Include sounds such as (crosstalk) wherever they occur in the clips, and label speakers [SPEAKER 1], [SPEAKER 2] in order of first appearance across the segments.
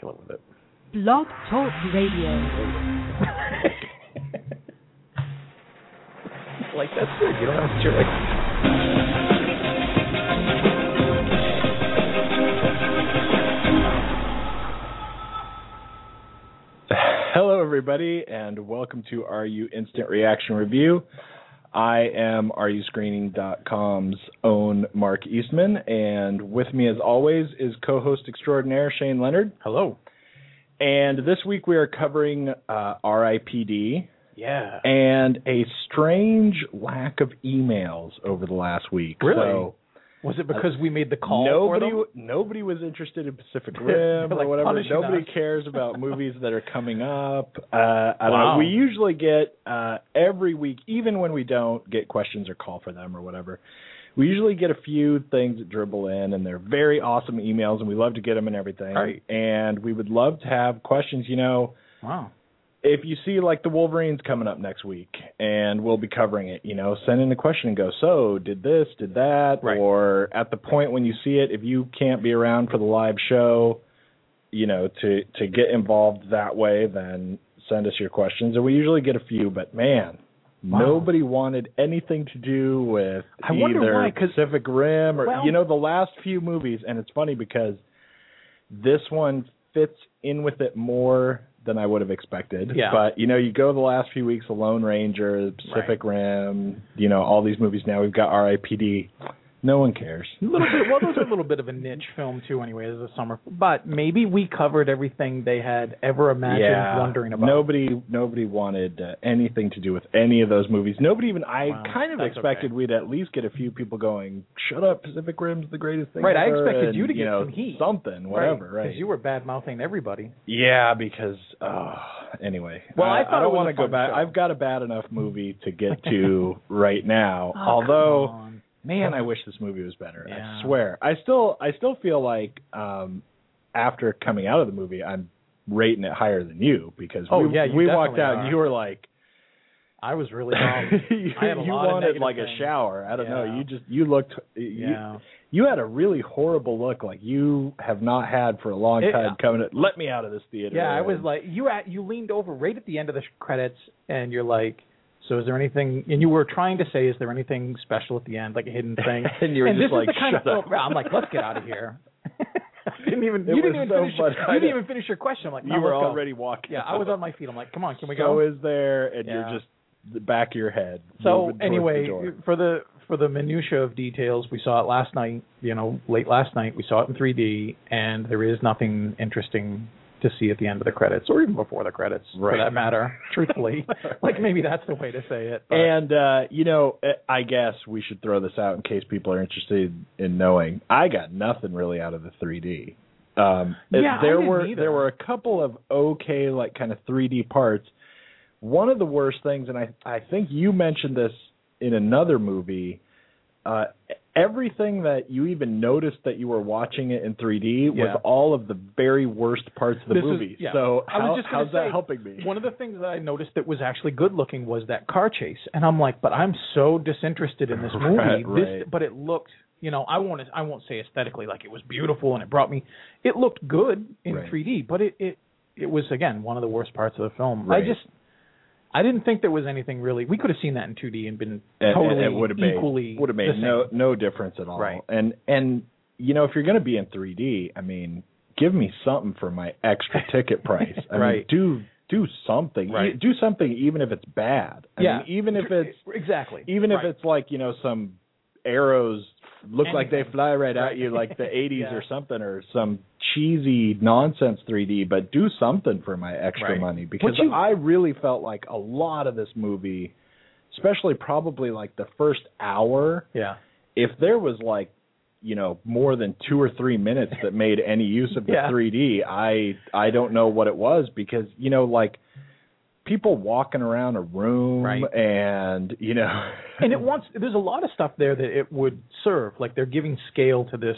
[SPEAKER 1] killing with it.
[SPEAKER 2] Blog Talk Radio.
[SPEAKER 1] (laughs) like that's it. You don't have a choice. Hello, everybody, and welcome to RU Instant Reaction Review. I am RUScreening.com's own Mark Eastman, and with me, as always, is co-host extraordinaire Shane Leonard.
[SPEAKER 3] Hello.
[SPEAKER 1] And this week we are covering uh, RIPD
[SPEAKER 3] Yeah.
[SPEAKER 1] and a strange lack of emails over the last week.
[SPEAKER 3] Really?
[SPEAKER 1] So
[SPEAKER 3] Was it because we made the call?
[SPEAKER 1] nobody,
[SPEAKER 3] For them?
[SPEAKER 1] nobody was interested in
[SPEAKER 3] (laughs)
[SPEAKER 1] Pacific
[SPEAKER 3] They're
[SPEAKER 1] Rim or
[SPEAKER 3] like
[SPEAKER 1] whatever.
[SPEAKER 3] punishing
[SPEAKER 1] Nobody
[SPEAKER 3] us.
[SPEAKER 1] cares
[SPEAKER 3] (laughs)
[SPEAKER 1] about movies that are coming up. Uh, I don't know.
[SPEAKER 3] Wow.
[SPEAKER 1] We usually get uh, every week, even when we don't get questions or call for them or whatever. We usually get a few things that dribble in, and they're very awesome emails, and we love to get them and everything.
[SPEAKER 3] Right.
[SPEAKER 1] And we would love to have questions. You know,
[SPEAKER 3] Wow.
[SPEAKER 1] if you see like the Wolverines coming up next week and we'll be covering it, you know, send in a question and go, so did this, did that,
[SPEAKER 3] Right.
[SPEAKER 1] or at the point when you see it, if you can't be around for the live show, you know, to to get involved that way, then send us your questions. And we usually get a few, but man,
[SPEAKER 3] Wow.
[SPEAKER 1] nobody wanted anything to do with
[SPEAKER 3] I wonder
[SPEAKER 1] either
[SPEAKER 3] why, 'cause-
[SPEAKER 1] Pacific Rim or
[SPEAKER 3] Well-
[SPEAKER 1] you know the last few movies. And it's funny because this one fits in with it more than I would have expected.
[SPEAKER 3] Yeah.
[SPEAKER 1] But you know, you go the last few weeks, The Lone Ranger, Pacific Rim, you know, all these movies now. We've got R.I.P.D. No one cares.
[SPEAKER 3] A little bit. Well,
[SPEAKER 1] (laughs)
[SPEAKER 3] there's a little bit of a niche film too, anyway, as a summer. But maybe we covered everything they had ever imagined
[SPEAKER 1] yeah.
[SPEAKER 3] wondering about.
[SPEAKER 1] Nobody, nobody wanted uh, anything to do with any of those movies. Nobody even. I
[SPEAKER 3] Wow,
[SPEAKER 1] kind of
[SPEAKER 3] that's
[SPEAKER 1] expected
[SPEAKER 3] okay.
[SPEAKER 1] we'd at least get a few people going. Shut up, Pacific Rim's the greatest thing.
[SPEAKER 3] Right, I
[SPEAKER 1] ever,"
[SPEAKER 3] expected
[SPEAKER 1] and,
[SPEAKER 3] you to get
[SPEAKER 1] know,
[SPEAKER 3] some heat.
[SPEAKER 1] something, whatever. Right.
[SPEAKER 3] Because you were bad mouthing everybody.
[SPEAKER 1] Yeah, because uh, anyway. Uh,
[SPEAKER 3] Well, I
[SPEAKER 1] I,
[SPEAKER 3] thought
[SPEAKER 1] I
[SPEAKER 3] it
[SPEAKER 1] don't
[SPEAKER 3] was
[SPEAKER 1] wanna
[SPEAKER 3] a
[SPEAKER 1] go
[SPEAKER 3] fun
[SPEAKER 1] back.
[SPEAKER 3] show.
[SPEAKER 1] I've got a bad enough movie to get (laughs) to right now.
[SPEAKER 3] Oh,
[SPEAKER 1] although,
[SPEAKER 3] come on.
[SPEAKER 1] man, I wish this movie was better.
[SPEAKER 3] Yeah.
[SPEAKER 1] I swear. I still, I still feel like um, after coming out of the movie, I'm rating it higher than you Um, because
[SPEAKER 3] Oh,
[SPEAKER 1] we,
[SPEAKER 3] yeah, you
[SPEAKER 1] we walked
[SPEAKER 3] definitely
[SPEAKER 1] out
[SPEAKER 3] are.
[SPEAKER 1] and you were like,
[SPEAKER 3] I was
[SPEAKER 1] (laughs)
[SPEAKER 3] really wrong.
[SPEAKER 1] you,
[SPEAKER 3] I had a
[SPEAKER 1] you
[SPEAKER 3] lot of
[SPEAKER 1] wanted
[SPEAKER 3] negative
[SPEAKER 1] like a
[SPEAKER 3] things.
[SPEAKER 1] shower. I don't know.
[SPEAKER 3] Yeah.
[SPEAKER 1] You just, you looked, you,
[SPEAKER 3] yeah.
[SPEAKER 1] you had a really horrible look, like you have not had for a long
[SPEAKER 3] It-
[SPEAKER 1] time. coming, to, let me out of this theater.
[SPEAKER 3] Yeah, I was
[SPEAKER 1] And-
[SPEAKER 3] like, you at, you leaned over right at the end of the sh- credits, and you're like, so is there anything? And you were trying to say, is there anything special at the end, like a hidden thing?
[SPEAKER 1] (laughs) And you were
[SPEAKER 3] this
[SPEAKER 1] just like,
[SPEAKER 3] is the kind
[SPEAKER 1] "Shut
[SPEAKER 3] of
[SPEAKER 1] up."
[SPEAKER 3] film- I'm like, let's get out of
[SPEAKER 1] (laughs)
[SPEAKER 3] here. I didn't (laughs) even.
[SPEAKER 1] It
[SPEAKER 3] you didn't even
[SPEAKER 1] was so
[SPEAKER 3] finish.
[SPEAKER 1] funny. I
[SPEAKER 3] You didn't
[SPEAKER 1] know.
[SPEAKER 3] even finish your question. I'm like, no,
[SPEAKER 1] you were
[SPEAKER 3] let's go.
[SPEAKER 1] already walking.
[SPEAKER 3] Yeah, I was on my feet. I'm like, come on, can we
[SPEAKER 1] So
[SPEAKER 3] go?
[SPEAKER 1] is there, and
[SPEAKER 3] Yeah.
[SPEAKER 1] you're just the back of your head.
[SPEAKER 3] So
[SPEAKER 1] moving towards
[SPEAKER 3] anyway,
[SPEAKER 1] the door.
[SPEAKER 3] for the for the minutia of details, we saw it last night. You know, late last night, we saw it in 3D, and there is nothing interesting to see at the end of the credits, or even before the credits,
[SPEAKER 1] Right.
[SPEAKER 3] for that matter.
[SPEAKER 1] (laughs)
[SPEAKER 3] Truthfully, like maybe that's the way to say it. But
[SPEAKER 1] and uh, you know, eh, I guess we should throw this out in case people are interested in knowing. I got nothing really out of the 3D. Um, eh,
[SPEAKER 3] Yeah, I
[SPEAKER 1] there
[SPEAKER 3] didn't
[SPEAKER 1] were
[SPEAKER 3] either.
[SPEAKER 1] there were a couple of okay, like kind of 3D parts. One of the worst things, and I I think you mentioned this in another movie. Uh, everything that you even noticed that you were watching it in 3D
[SPEAKER 3] Yeah.
[SPEAKER 1] was all of the very worst parts of the
[SPEAKER 3] This is-
[SPEAKER 1] movie.
[SPEAKER 3] yeah.
[SPEAKER 1] So
[SPEAKER 3] I was
[SPEAKER 1] how,
[SPEAKER 3] just gonna
[SPEAKER 1] how's that
[SPEAKER 3] say,
[SPEAKER 1] helping me?
[SPEAKER 3] One of the things that I noticed that was actually good looking was that car chase, and I'm like, but I'm so disinterested in this movie.
[SPEAKER 1] (laughs) Right,
[SPEAKER 3] This,
[SPEAKER 1] right.
[SPEAKER 3] but it looked, you know, I won't, I won't say aesthetically like it was beautiful and it brought me. It looked good in
[SPEAKER 1] Right.
[SPEAKER 3] 3D, but it, it, it was again one of the worst parts of the film.
[SPEAKER 1] Right.
[SPEAKER 3] I just, I didn't think there was anything really. We could have seen that in 2D and been
[SPEAKER 1] and,
[SPEAKER 3] totally
[SPEAKER 1] and it would have made
[SPEAKER 3] equally
[SPEAKER 1] would have
[SPEAKER 3] the
[SPEAKER 1] made
[SPEAKER 3] same.
[SPEAKER 1] no no difference at all.
[SPEAKER 3] Right.
[SPEAKER 1] And and you know if you're going to be in 3D, I mean, give me something for my
[SPEAKER 3] (laughs)
[SPEAKER 1] extra ticket price. I mean,
[SPEAKER 3] Right.
[SPEAKER 1] do do something.
[SPEAKER 3] Right.
[SPEAKER 1] E- Do something even if it's bad. I
[SPEAKER 3] yeah,
[SPEAKER 1] mean, even if it's
[SPEAKER 3] exactly,
[SPEAKER 1] even
[SPEAKER 3] Right.
[SPEAKER 1] if it's like, you know, some arrows look like they
[SPEAKER 3] Anything.
[SPEAKER 1] fly right, at
[SPEAKER 3] Right.
[SPEAKER 1] you like
[SPEAKER 3] (laughs)
[SPEAKER 1] the 80s
[SPEAKER 3] Yeah.
[SPEAKER 1] or something or some cheesy nonsense 3D, but do something for my extra
[SPEAKER 3] Right.
[SPEAKER 1] money
[SPEAKER 3] Would
[SPEAKER 1] because
[SPEAKER 3] you-
[SPEAKER 1] I really felt like a lot of this movie, especially probably like the first hour,
[SPEAKER 3] yeah.
[SPEAKER 1] if there was like you know more than two or three minutes that made any use of the
[SPEAKER 3] Yeah.
[SPEAKER 1] 3D, I I don't know what it was because you know like people walking around a room
[SPEAKER 3] Right.
[SPEAKER 1] and you know (laughs)
[SPEAKER 3] and it wants there's a lot of stuff there that it would serve like they're giving scale to this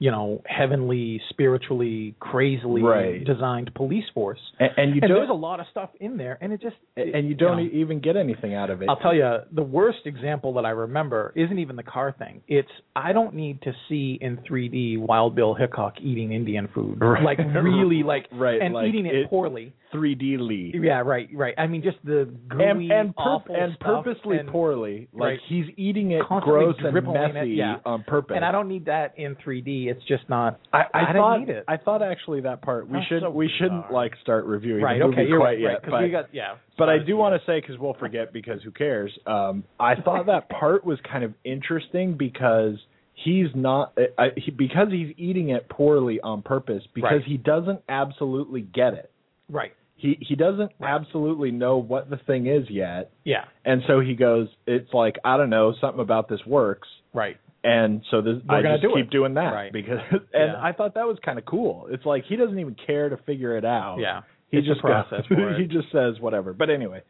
[SPEAKER 3] you know, heavenly, spiritually, crazily
[SPEAKER 1] Right.
[SPEAKER 3] designed police force.
[SPEAKER 1] And, and you
[SPEAKER 3] and
[SPEAKER 1] don't
[SPEAKER 3] there's a lot of stuff in there, and it just
[SPEAKER 1] and and you don't
[SPEAKER 3] know.
[SPEAKER 1] e- even get anything out of it.
[SPEAKER 3] I'll tell you, the worst example that I remember isn't even the car thing. It's I don't need to see in 3D Wild Bill Hickok eating Indian food,
[SPEAKER 1] Right.
[SPEAKER 3] like really, like
[SPEAKER 1] (laughs) Right,
[SPEAKER 3] and
[SPEAKER 1] like
[SPEAKER 3] eating it,
[SPEAKER 1] it-
[SPEAKER 3] poorly.
[SPEAKER 1] 3D Lee.
[SPEAKER 3] Yeah, right, right. I mean, just the gooey,
[SPEAKER 1] And and, pur-
[SPEAKER 3] awful
[SPEAKER 1] and
[SPEAKER 3] stuff
[SPEAKER 1] purposely
[SPEAKER 3] and,
[SPEAKER 1] poorly. Like
[SPEAKER 3] Right.
[SPEAKER 1] he's eating it
[SPEAKER 3] Constantly
[SPEAKER 1] gross and
[SPEAKER 3] dribbling it,
[SPEAKER 1] messy
[SPEAKER 3] yeah.
[SPEAKER 1] on purpose.
[SPEAKER 3] And I don't need that in 3D. It's just not.
[SPEAKER 1] I, I,
[SPEAKER 3] I
[SPEAKER 1] thought
[SPEAKER 3] didn't need it.
[SPEAKER 1] I thought actually that part we
[SPEAKER 3] That's
[SPEAKER 1] should
[SPEAKER 3] so
[SPEAKER 1] we shouldn't
[SPEAKER 3] bizarre.
[SPEAKER 1] like start reviewing
[SPEAKER 3] right.
[SPEAKER 1] the movie
[SPEAKER 3] Okay. You're
[SPEAKER 1] quite
[SPEAKER 3] right.
[SPEAKER 1] yet,
[SPEAKER 3] right, 'cause
[SPEAKER 1] but
[SPEAKER 3] we got yeah.
[SPEAKER 1] but I do want to say because we'll forget because who cares? Um, I
[SPEAKER 3] (laughs)
[SPEAKER 1] thought that part was kind of interesting because he's not I, I- he, because he's eating it poorly on purpose because
[SPEAKER 3] Right.
[SPEAKER 1] he doesn't absolutely get it.
[SPEAKER 3] Right.
[SPEAKER 1] He he doesn't
[SPEAKER 3] Right.
[SPEAKER 1] absolutely know what the thing is yet,
[SPEAKER 3] Yeah.
[SPEAKER 1] and so he goes. It's like I don't know something about this works.
[SPEAKER 3] Right.
[SPEAKER 1] And so this,
[SPEAKER 3] We're
[SPEAKER 1] I
[SPEAKER 3] gonna
[SPEAKER 1] just
[SPEAKER 3] do
[SPEAKER 1] keep
[SPEAKER 3] it.
[SPEAKER 1] doing that
[SPEAKER 3] Right. (laughs)
[SPEAKER 1] because, and
[SPEAKER 3] Yeah.
[SPEAKER 1] I thought that was kind of cool. It's like he doesn't even care to figure it out.
[SPEAKER 3] Yeah.
[SPEAKER 1] he
[SPEAKER 3] It's a
[SPEAKER 1] just goes- (laughs)
[SPEAKER 3] process for it.
[SPEAKER 1] he just says whatever. But anyway,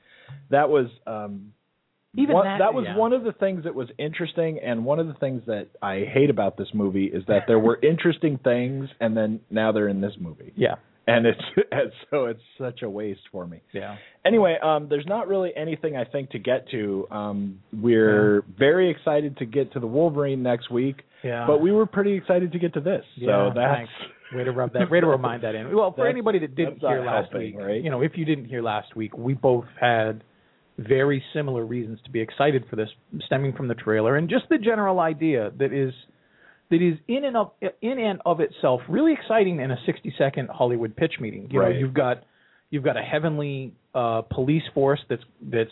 [SPEAKER 1] that was um,
[SPEAKER 3] Even
[SPEAKER 1] one-
[SPEAKER 3] that-
[SPEAKER 1] was
[SPEAKER 3] yeah.
[SPEAKER 1] one of the things that was interesting, and one of the things that I hate about this movie is that there were interesting things, and then now they're in this movie,
[SPEAKER 3] Yeah.
[SPEAKER 1] and it's (laughs) and so it's such a waste for me.
[SPEAKER 3] Yeah.
[SPEAKER 1] Anyway, um, there's not really anything I think to get to. Um, we're very excited to get to the Wolverine next week.
[SPEAKER 3] Yeah.
[SPEAKER 1] But we were pretty excited to get to this.
[SPEAKER 3] Yeah,
[SPEAKER 1] so that's
[SPEAKER 3] thanks. Way to rub that. Way to remind that in. Well, for
[SPEAKER 1] That's-
[SPEAKER 3] anybody that didn't
[SPEAKER 1] that's not
[SPEAKER 3] hear last week,
[SPEAKER 1] helping, right?
[SPEAKER 3] you know, if you didn't hear last week, we both had very similar reasons to be excited for this, stemming from the trailer and just the general idea that is that is in and of in and of itself really exciting in a 60 second Hollywood pitch meeting. You
[SPEAKER 1] Right.
[SPEAKER 3] know, you've got you've got a heavenly uh, police force that's that's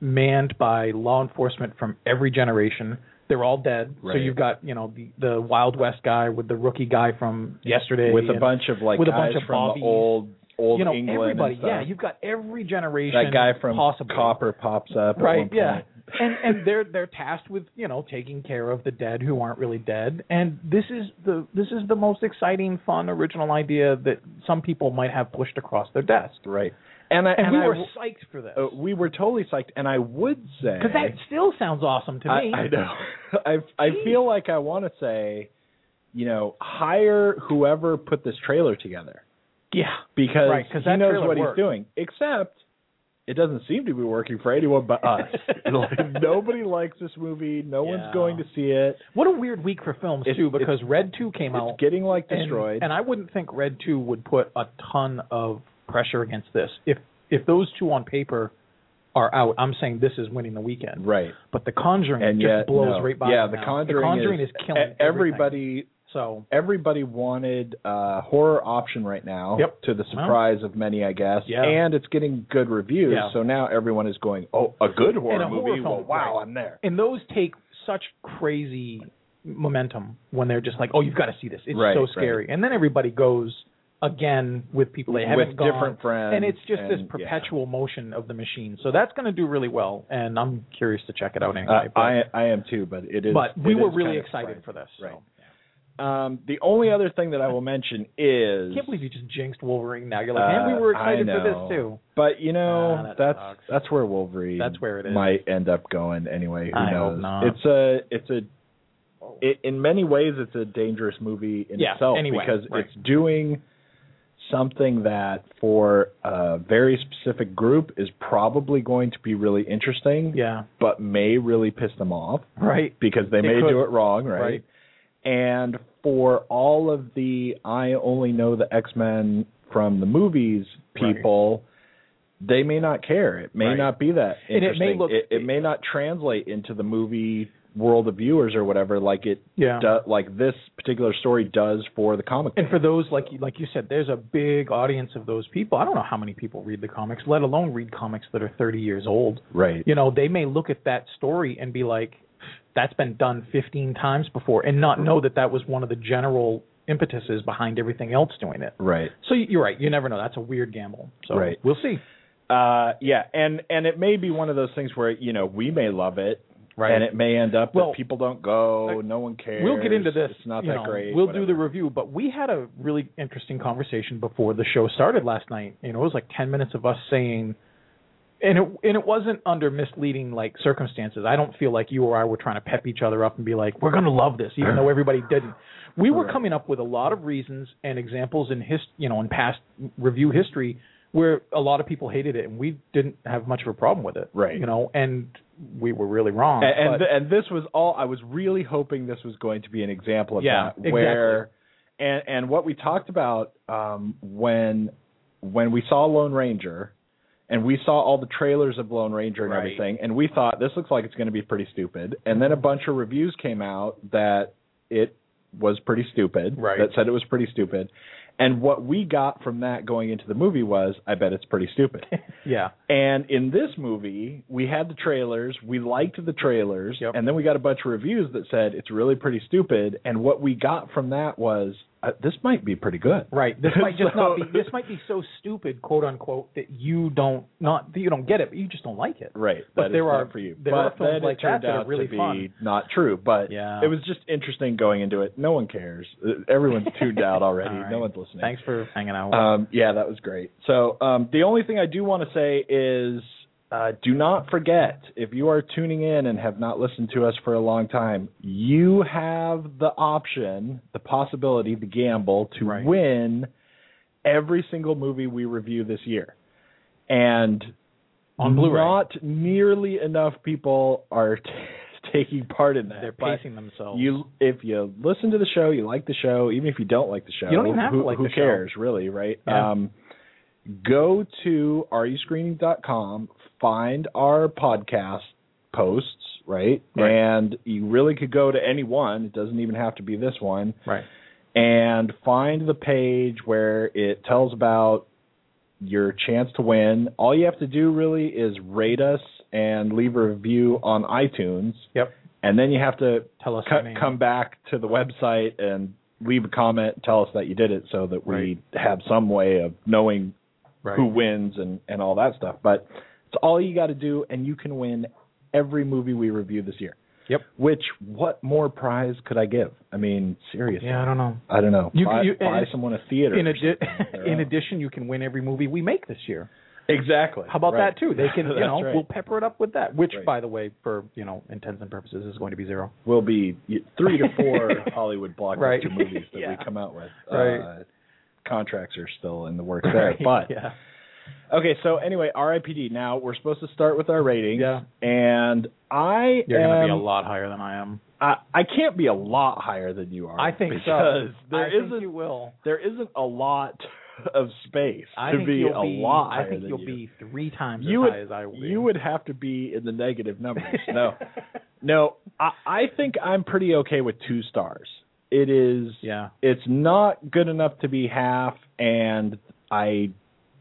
[SPEAKER 3] manned by law enforcement from every generation. They're all dead. So
[SPEAKER 1] Right.
[SPEAKER 3] you've got you know the the Wild West guy with the rookie guy from yesterday
[SPEAKER 1] with a
[SPEAKER 3] and,
[SPEAKER 1] bunch of like
[SPEAKER 3] with a
[SPEAKER 1] guys
[SPEAKER 3] bunch of
[SPEAKER 1] from
[SPEAKER 3] Bobbies.
[SPEAKER 1] the old old
[SPEAKER 3] you know
[SPEAKER 1] England
[SPEAKER 3] everybody.
[SPEAKER 1] and stuff.
[SPEAKER 3] Yeah, you've got every generation.
[SPEAKER 1] that guy from
[SPEAKER 3] possible.
[SPEAKER 1] Copper pops up at one
[SPEAKER 3] Right.
[SPEAKER 1] point.
[SPEAKER 3] Yeah. (laughs) and and they're they're tasked with you know taking care of the dead who aren't really dead. And this is the this is the most exciting, fun, original idea that some people might have pushed across their desk.
[SPEAKER 1] Right. And I,
[SPEAKER 3] And, we
[SPEAKER 1] I
[SPEAKER 3] were
[SPEAKER 1] w-
[SPEAKER 3] psyched for this
[SPEAKER 1] uh, we were totally psyched and I would say
[SPEAKER 3] because that still sounds awesome to
[SPEAKER 1] I,
[SPEAKER 3] me.
[SPEAKER 1] I know. (laughs) I I feel like I want to say, you know, hire whoever put this trailer together
[SPEAKER 3] Yeah.
[SPEAKER 1] because
[SPEAKER 3] Right, 'cause
[SPEAKER 1] he
[SPEAKER 3] that
[SPEAKER 1] knows
[SPEAKER 3] trailer
[SPEAKER 1] what
[SPEAKER 3] worked.
[SPEAKER 1] he's doing. Except it doesn't seem to be working for anyone but us.
[SPEAKER 3] (laughs)
[SPEAKER 1] Like, nobody likes this movie. No
[SPEAKER 3] Yeah.
[SPEAKER 1] one's going to see it.
[SPEAKER 3] What a weird week for films
[SPEAKER 1] It's-
[SPEAKER 3] too,
[SPEAKER 1] it's-
[SPEAKER 3] because Red Two came out.
[SPEAKER 1] It's getting like
[SPEAKER 3] and-
[SPEAKER 1] destroyed.
[SPEAKER 3] And, I wouldn't think Red Two would put a ton of pressure against this. If if those two on paper are out, I'm saying this is winning the weekend.
[SPEAKER 1] right.
[SPEAKER 3] But The Conjuring
[SPEAKER 1] And
[SPEAKER 3] just
[SPEAKER 1] yet,
[SPEAKER 3] blows
[SPEAKER 1] no.
[SPEAKER 3] right by.
[SPEAKER 1] Yeah,
[SPEAKER 3] them
[SPEAKER 1] the
[SPEAKER 3] now.
[SPEAKER 1] Conjuring,
[SPEAKER 3] the Conjuring is, killing
[SPEAKER 1] e- everybody.
[SPEAKER 3] everything. So
[SPEAKER 1] Everybody wanted a horror option right now.
[SPEAKER 3] Yep.
[SPEAKER 1] To the surprise of many, I guess.
[SPEAKER 3] Yeah.
[SPEAKER 1] And it's getting good reviews.
[SPEAKER 3] Yeah.
[SPEAKER 1] So now everyone is going, oh, a good horror
[SPEAKER 3] a horror
[SPEAKER 1] movie. well,
[SPEAKER 3] film,
[SPEAKER 1] wow,
[SPEAKER 3] right.
[SPEAKER 1] I'm there.
[SPEAKER 3] and those take such crazy momentum when they're just like, oh, you've got to see this. It's
[SPEAKER 1] Right,
[SPEAKER 3] so
[SPEAKER 1] right.
[SPEAKER 3] scary. And then everybody goes again with people they haven't
[SPEAKER 1] With
[SPEAKER 3] gone.
[SPEAKER 1] different friends
[SPEAKER 3] and it's just this
[SPEAKER 1] and- yeah.
[SPEAKER 3] perpetual motion of the machine. So that's going to do really well, and I'm curious to check it out
[SPEAKER 1] Uh,
[SPEAKER 3] anyway. but,
[SPEAKER 1] I I am too, but it is.
[SPEAKER 3] but we
[SPEAKER 1] it
[SPEAKER 3] were
[SPEAKER 1] is
[SPEAKER 3] really
[SPEAKER 1] kind of
[SPEAKER 3] excited
[SPEAKER 1] surprising.
[SPEAKER 3] for this.
[SPEAKER 1] Right.
[SPEAKER 3] So.
[SPEAKER 1] Um, the only other thing that I will mention is
[SPEAKER 3] I can't believe you just jinxed Wolverine now. You're like, and we were
[SPEAKER 1] Uh, I
[SPEAKER 3] excited for
[SPEAKER 1] know.
[SPEAKER 3] this too.
[SPEAKER 1] But you know,
[SPEAKER 3] Ah, that
[SPEAKER 1] that's
[SPEAKER 3] sucks.
[SPEAKER 1] that's where Wolverine
[SPEAKER 3] That's where it is.
[SPEAKER 1] might end up going anyway. Who
[SPEAKER 3] I hope
[SPEAKER 1] knows?
[SPEAKER 3] not.
[SPEAKER 1] It's a it's a
[SPEAKER 3] Oh.
[SPEAKER 1] it, in many ways it's a dangerous movie in
[SPEAKER 3] Yeah,
[SPEAKER 1] itself
[SPEAKER 3] anyway,
[SPEAKER 1] because
[SPEAKER 3] right.
[SPEAKER 1] it's doing something that for a very specific group is probably going to be really interesting
[SPEAKER 3] Yeah.
[SPEAKER 1] but may really piss them off
[SPEAKER 3] Right.
[SPEAKER 1] because they
[SPEAKER 3] It
[SPEAKER 1] may
[SPEAKER 3] could.
[SPEAKER 1] do it wrong, right? And for all of the I only know the X Men from the movies
[SPEAKER 3] Right.
[SPEAKER 1] people, they may not care. It may
[SPEAKER 3] Right.
[SPEAKER 1] not be that
[SPEAKER 3] And it
[SPEAKER 1] interesting.
[SPEAKER 3] may look-
[SPEAKER 1] it, it may not translate into the movie world of viewers or whatever like it
[SPEAKER 3] Yeah.
[SPEAKER 1] do, like this particular story does for the comic
[SPEAKER 3] And for those like you- like you said, there's a big audience of those people. I don't know how many people read the comics, let alone read comics that are 30 years old.
[SPEAKER 1] right
[SPEAKER 3] You know, they may look at that story and be like, "That's been done 15 times before," and not know that that was one of the general impetuses behind everything else doing it.
[SPEAKER 1] right
[SPEAKER 3] So you- you're right. You never know. That's a weird gamble. So
[SPEAKER 1] Right.
[SPEAKER 3] we'll see.
[SPEAKER 1] uh yeah and and it may be one of those things where you know we may love it
[SPEAKER 3] Right.
[SPEAKER 1] and it may end up
[SPEAKER 3] Well,
[SPEAKER 1] that people don't go no one cares
[SPEAKER 3] We'll get into this.
[SPEAKER 1] it's not
[SPEAKER 3] you
[SPEAKER 1] that
[SPEAKER 3] know,
[SPEAKER 1] great
[SPEAKER 3] We'll
[SPEAKER 1] whatever.
[SPEAKER 3] do the review, but we had a really interesting conversation before the show started last night. You know, it was like ten minutes of us saying and it and it wasn't under misleading like circumstances. I don't feel like you or I were trying to pep each other up and be like, "We're going to love this," even though everybody didn't. We were
[SPEAKER 1] Right.
[SPEAKER 3] coming up with a lot of reasons and examples in his, you know, in past review history where a lot of people hated it, and we didn't have much of a problem with it,
[SPEAKER 1] Right.
[SPEAKER 3] You know, and we were really wrong.
[SPEAKER 1] And and,
[SPEAKER 3] but-
[SPEAKER 1] th- and this was all I was really hoping this was going to be an example of
[SPEAKER 3] Yeah,
[SPEAKER 1] that where and and what we talked about um when when we saw Lone Ranger and we saw all the trailers of Lone Ranger and
[SPEAKER 3] Right.
[SPEAKER 1] everything and we thought this looks like it's going to be pretty stupid and then a bunch of reviews came out that it was pretty stupid
[SPEAKER 3] Right.
[SPEAKER 1] that said it was pretty stupid and what we got from that going into the movie was I bet it's pretty
[SPEAKER 3] (laughs)
[SPEAKER 1] stupid
[SPEAKER 3] yeah,
[SPEAKER 1] and in this movie, we had the trailers, we liked the trailers,
[SPEAKER 3] Yep.
[SPEAKER 1] and then we got a bunch of reviews that said it's really pretty stupid. And what we got from that was uh, this might be pretty good.
[SPEAKER 3] Right. This might just not be.
[SPEAKER 1] (laughs) So-
[SPEAKER 3] This might be so stupid, quote unquote, that you don't not that you don't get it, but you just don't like it.
[SPEAKER 1] Right.
[SPEAKER 3] But
[SPEAKER 1] that it's
[SPEAKER 3] there
[SPEAKER 1] not
[SPEAKER 3] are-
[SPEAKER 1] for you.
[SPEAKER 3] there
[SPEAKER 1] but
[SPEAKER 3] are films
[SPEAKER 1] then
[SPEAKER 3] like
[SPEAKER 1] it
[SPEAKER 3] that
[SPEAKER 1] turned
[SPEAKER 3] that are
[SPEAKER 1] out
[SPEAKER 3] really
[SPEAKER 1] to be
[SPEAKER 3] fun.
[SPEAKER 1] not true. But
[SPEAKER 3] Yeah.
[SPEAKER 1] it was just interesting going into it. No one cares. Uh, Everyone's tuned out
[SPEAKER 3] (laughs)
[SPEAKER 1] already.
[SPEAKER 3] All right.
[SPEAKER 1] No one's listening.
[SPEAKER 3] Thanks for hanging out.
[SPEAKER 1] Um, yeah, that was great. So um, the only thing I do want to say is uh, do not forget if you are tuning in and have not listened to us for a long time, you have the option, the possibility, the gamble to
[SPEAKER 3] Right.
[SPEAKER 1] win every single movie we review this year. And
[SPEAKER 3] On Blu-ray.
[SPEAKER 1] not nearly enough people are (laughs) t- taking part in that.
[SPEAKER 3] They're
[SPEAKER 1] but
[SPEAKER 3] pacing themselves.
[SPEAKER 1] you if you listen to the show, you like the show, even if you don't like the show,
[SPEAKER 3] You don't even have to
[SPEAKER 1] who,
[SPEAKER 3] like
[SPEAKER 1] who
[SPEAKER 3] the show.
[SPEAKER 1] cares really, right?
[SPEAKER 3] Yeah.
[SPEAKER 1] Um, go to areyouscreening.com, find our podcast posts, right?
[SPEAKER 3] Right.
[SPEAKER 1] And you really could go to any one. It doesn't even have to be this one
[SPEAKER 3] right.
[SPEAKER 1] and find the page where it tells about your chance to win. All you have to do really is rate us and leave a review on iTunes.
[SPEAKER 3] Yep.
[SPEAKER 1] And then you have to
[SPEAKER 3] Tell us
[SPEAKER 1] co-
[SPEAKER 3] your name.
[SPEAKER 1] come back to the website and leave a comment, tell us that you did it so that we
[SPEAKER 3] Right.
[SPEAKER 1] have some way of knowing
[SPEAKER 3] Right.
[SPEAKER 1] who wins and, and all that stuff. But it's all you got to do, and you can win every movie we review this year.
[SPEAKER 3] Yep.
[SPEAKER 1] Which, what more prize could I give? I mean, seriously.
[SPEAKER 3] Yeah, I don't know.
[SPEAKER 1] I don't know.
[SPEAKER 3] You-
[SPEAKER 1] buy,
[SPEAKER 3] you-
[SPEAKER 1] buy
[SPEAKER 3] and-
[SPEAKER 1] someone a theater.
[SPEAKER 3] In,
[SPEAKER 1] or
[SPEAKER 3] addi- (laughs)
[SPEAKER 1] something.
[SPEAKER 3] in addition, you can win every movie we make this year.
[SPEAKER 1] exactly.
[SPEAKER 3] How about
[SPEAKER 1] Right.
[SPEAKER 3] that too? They
[SPEAKER 1] (laughs)
[SPEAKER 3] can, you
[SPEAKER 1] That's
[SPEAKER 3] know,
[SPEAKER 1] right.
[SPEAKER 3] we'll pepper it up with that. Which,
[SPEAKER 1] Right.
[SPEAKER 3] by the way, for you know intents and purposes, is going to be zero.
[SPEAKER 1] we'll be y- three to four Hollywood
[SPEAKER 3] (laughs)
[SPEAKER 1] blockbuster
[SPEAKER 3] Right. (laughs)
[SPEAKER 1] movies that
[SPEAKER 3] Yeah.
[SPEAKER 1] we come out with.
[SPEAKER 3] Right.
[SPEAKER 1] Uh, contracts are still in the works
[SPEAKER 3] (laughs)
[SPEAKER 1] there, but
[SPEAKER 3] yeah,
[SPEAKER 1] okay. So anyway, RIPD. Now we're supposed to start with our ratings.
[SPEAKER 3] Yeah.
[SPEAKER 1] And I
[SPEAKER 3] you're going to be a
[SPEAKER 1] am-
[SPEAKER 3] lot higher than I am.
[SPEAKER 1] I, I can't be a lot higher than you are.
[SPEAKER 3] I think
[SPEAKER 1] because
[SPEAKER 3] so.
[SPEAKER 1] There
[SPEAKER 3] I think
[SPEAKER 1] not
[SPEAKER 3] you will.
[SPEAKER 1] there isn't a lot of space
[SPEAKER 3] I
[SPEAKER 1] to
[SPEAKER 3] think
[SPEAKER 1] be
[SPEAKER 3] you'll
[SPEAKER 1] a
[SPEAKER 3] be,
[SPEAKER 1] lot higher
[SPEAKER 3] I think
[SPEAKER 1] than
[SPEAKER 3] you'll
[SPEAKER 1] you.
[SPEAKER 3] be three times
[SPEAKER 1] you
[SPEAKER 3] as
[SPEAKER 1] would
[SPEAKER 3] high as I will. be.
[SPEAKER 1] you would (laughs) have to be in the negative numbers.
[SPEAKER 3] (laughs)
[SPEAKER 1] No, no, I, I think I'm pretty okay with two stars. It is,
[SPEAKER 3] Yeah.
[SPEAKER 1] it's not good enough to be half, and I